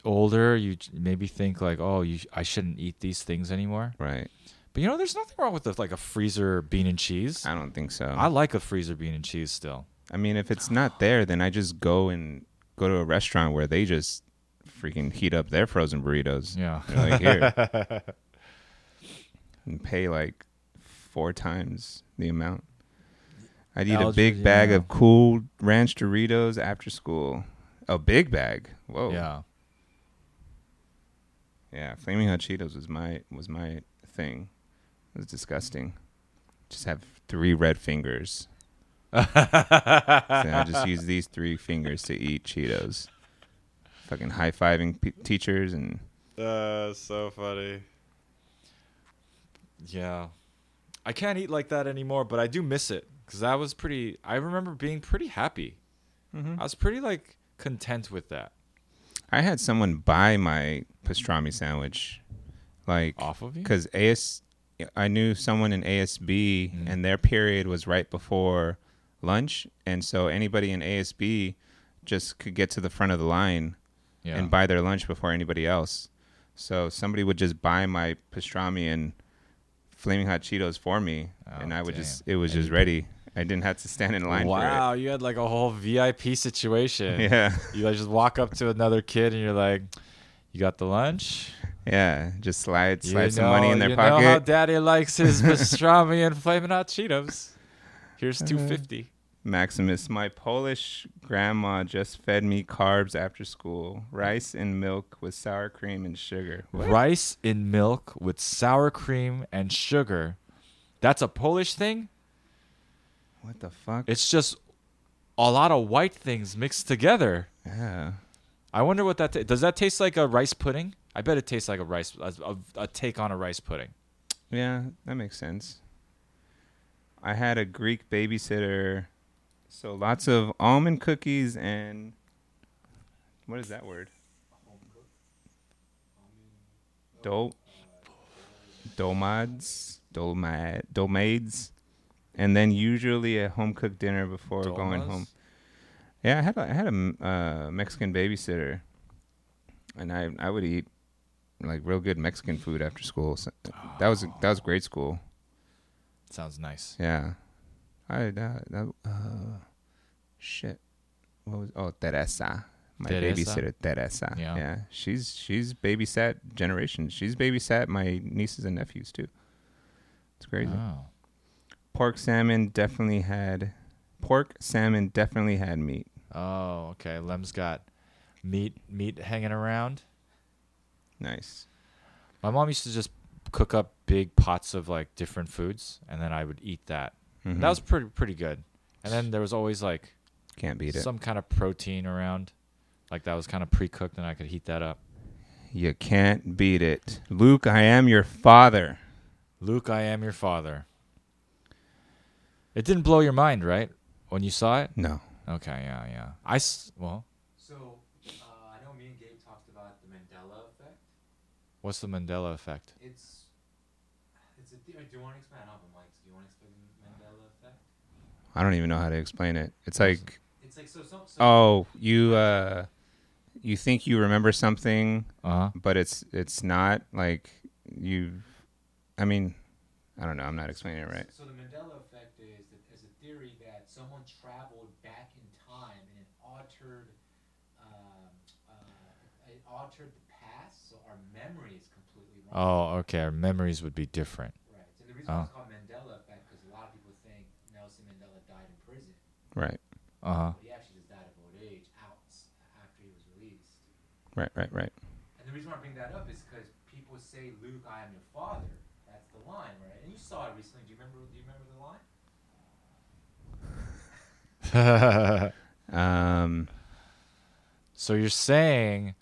S2: older, you j- maybe think like, "Oh, you sh- I shouldn't eat these things anymore."
S1: Right.
S2: But you know, there's nothing wrong with a, like a freezer bean and cheese.
S1: I don't think so.
S2: I like a freezer bean and cheese still.
S1: I mean, if it's not there, then I just go and go to a restaurant where they just freaking heat up their frozen burritos.
S2: Yeah.
S1: They're like, here. and pay like four times the amount. I'd eat a
S2: Algae,
S1: big bag
S2: yeah.
S1: of cool ranch Doritos after school. A big bag. Whoa.
S2: Yeah.
S1: Yeah. Flaming hot Cheetos was my was my thing. It was disgusting. Just have three red fingers. so I just use these three fingers to eat Cheetos. Fucking high fiving pe teachers and
S2: Uh, so funny. Yeah. I can't eat like that anymore, but I do miss it because I was pretty. I remember being pretty happy. I was pretty like content with that.
S1: I had someone buy my pastrami sandwich, like
S2: Off of you?
S1: because AS. I knew someone in ASB,
S2: Mm.
S1: and their period was right before lunch, and so anybody in ASB just could get to the front of the line
S2: Yeah.
S1: and buy their lunch before anybody else. So somebody would just buy my pastrami and flaming hot Cheetos for me, and I would
S2: Oh, damn.
S1: just it was just ready. I didn't have to stand in line
S2: wow, you had like a whole VIP
S1: for
S2: situation.
S1: it. Yeah,
S2: You like just walk up to another kid and you're like, "You got the lunch?
S1: yeah. Just slide
S2: You
S1: slide some
S2: know-
S1: money in their
S2: you
S1: pocket.
S2: know how Daddy likes his pastrami and flaming hot Cheetos. Here's
S1: Uh-huh.
S2: two fifty.
S1: Maximus, my Polish grandma just fed me carbs after school. Rice and milk with sour cream and sugar. What?
S2: Rice in milk with sour cream and sugar. That's a Polish thing.
S1: What the fuck?
S2: It's just a lot of white things mixed together.
S1: yeah.
S2: I wonder what that ta- does. That taste like a rice pudding? I bet it tastes like a rice a, a, a take on a rice pudding.
S1: Yeah, that makes sense. I had a Greek babysitter, so lots of almond cookies and what is that word? Dol, dolmads, dolmad, dolmades, and then usually a home cooked dinner before going
S2: Dolmas?
S1: home. Yeah, I had a, I had a m- uh, Mexican babysitter, and I I would eat like real good Mexican food after school. So that was that was grade school.
S2: Sounds nice.
S1: Yeah, I that, that uh, shit. What was oh Teresa, my
S2: Teresa?
S1: babysitter Teresa.
S2: Yeah.
S1: yeah, she's she's babysat generations. She's babysat my nieces and nephews too. It's crazy.
S2: Oh.
S1: Pork salmon definitely had pork salmon definitely had meat.
S2: Oh, okay. Lem's got meat meat hanging around.
S1: Nice.
S2: My mom used to just cook up big pots of like different foods, and then I would eat that. And That was pretty pretty good. And then there was always like
S1: Can't beat it.
S2: some kind of protein around, like that was kind of pre cooked, and I could heat that up.
S1: you can't beat it. Luke, I am your father.
S2: Luke, I am your father. It didn't blow your mind, right? When you saw it?
S1: No.
S2: Okay, yeah, yeah. I s- well,
S3: So, uh, I know me and Gabe talked about the Mandela effect.
S2: what's the Mandela effect?
S3: It's it's a theory. Do you want to explain? I don't have a mic. so Do you want to explain the Mandela effect?
S1: I don't even know how to explain it. It's like
S3: It's like so. Some, so
S1: oh, you uh you think you remember something,
S2: Uh huh.
S1: but it's it's not like you I mean, I don't know, I'm not explaining it Oh, right.
S3: So the Mandela effect is that is a theory that someone traveled back in time and it altered, um, uh, it altered the past, so our memory is completely wrong.
S2: Oh, okay. Our memories would be different.
S3: Right. And the reason why it's called Mandela effect because a lot of people think Nelson Mandela died in prison,
S1: Right.
S2: Uh huh.
S3: but he actually just died of old age out s- after he was released.
S1: Right, right, right.
S3: And the reason why I bring that up is because people say, "Luke, I am your father." That's the line, right? And you saw it recently. Do you remember? Do you remember the line?
S1: Um
S2: So you're saying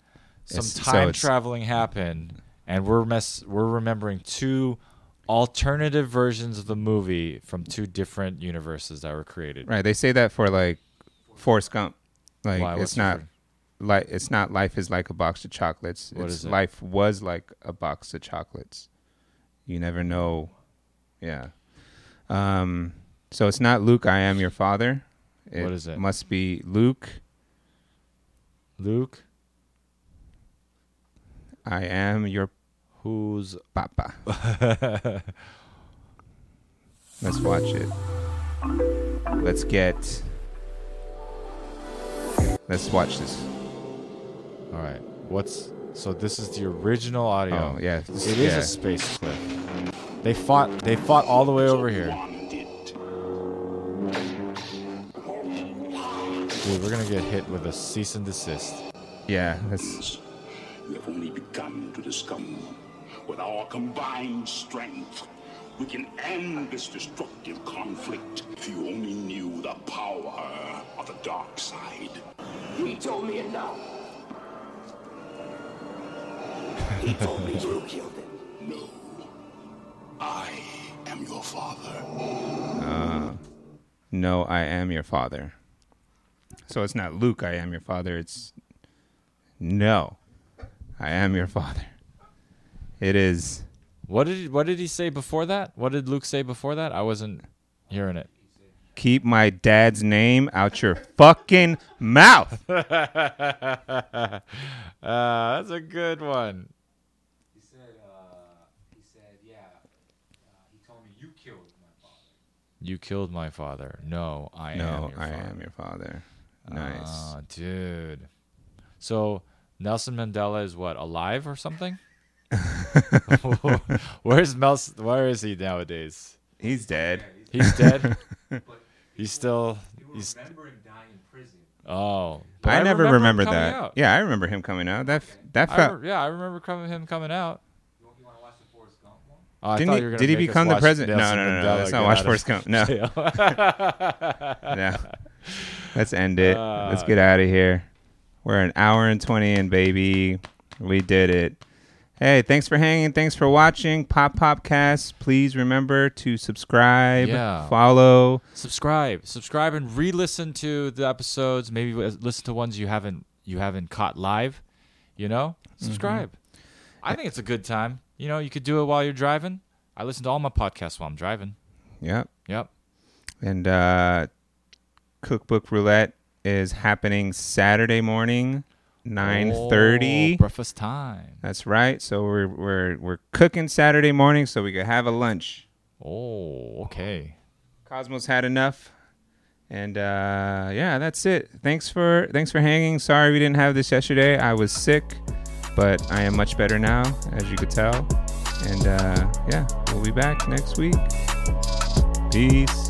S2: some
S1: It's- so
S2: time
S1: it's-
S2: traveling happened, and we're mess we're remembering two alternative versions of the movie from two different universes that were created.
S1: right, they say that for like Forrest Gump. Like
S2: Why, what's
S1: it's
S2: the
S1: not
S2: word?
S1: like it's not life is like a box of chocolates.
S2: What
S1: it's
S2: is it?
S1: life was like a box of chocolates. You never know. Yeah. Um so it's not Luke I am your father. It
S2: What is it?
S1: Must be Luke
S2: Luke,
S1: I am your
S2: who's
S1: papa. Let's watch it. Let's get Let's watch this.
S2: all right? What's so? This is the original audio.
S1: Oh, yeah.
S2: it is a space cliff. They fought. They fought all the way over here. Dude, we're gonna get hit with a cease and desist.
S1: Yeah, that's
S7: We have only begun to discover. With our combined strength, we can end this destructive conflict. If you only knew the power of the dark side. He told me enough. He told me you killed him. No. I am your father.
S1: No, I am your father. So it's not Luke, I am your father. It's no, I am your father. It is
S2: What did he, what did he say before that? What did Luke say before that? I wasn't hearing it.
S1: keep my dad's name out your fucking mouth.
S2: Uh, that's a good one.
S3: He said, uh, he said, yeah. Uh, he told me you killed my father.
S2: You killed my father. No, I am
S1: no,
S2: your
S1: I
S2: father.
S1: am your father. Nice.
S2: Ah, dude. So Nelson Mandela is what alive or something? Where's Mel? Where is he nowadays?
S1: He's dead.
S2: He's dead. he's still.
S3: People
S2: He's
S3: remember him dying in prison.
S2: oh. But
S1: I, never
S2: remember
S1: remembered
S2: him coming
S1: that.
S2: out.
S1: Yeah, I remember him coming out. That f- that
S2: I
S1: felt.
S2: remember, yeah, I remember coming, him coming out.
S3: You want, you want to watch the Forrest Gump one?
S2: Oh, I
S1: Didn't
S2: thought
S1: he-
S2: you were gonna
S1: did he
S2: make us
S1: become the
S2: watch
S1: president? No,
S2: Nelson
S1: no, no, no,
S2: Mandela
S1: let's not
S2: get
S1: watch
S2: out of
S1: Forrest Gump. No.
S2: jail.
S1: yeah. Let's end it. Let's
S2: Uh.
S1: get out of here. We're an hour and 20 in, baby. We did it. Hey, thanks for hanging. Thanks for watching Pop Popcast. Please remember to subscribe,
S2: Yeah.
S1: follow.
S2: subscribe subscribe and re-listen to the episodes maybe listen to ones you haven't you haven't caught live you know subscribe Mm-hmm. i think it's a good time you know you could do it while you're driving i listen to all my podcasts while i'm driving
S1: Yep.
S2: yep
S1: And uh, Cookbook Roulette is happening Saturday morning, nine thirty.
S2: Oh, breakfast time
S1: That's right. So we're we're we're cooking Saturday morning so we could have a lunch.
S2: oh okay
S1: Cosmos had enough. And uh, yeah, that's it. Thanks for thanks for hanging. Sorry we didn't have this yesterday. I was sick, but I am much better now, as you could tell. And uh, yeah, we'll be back next week. Peace.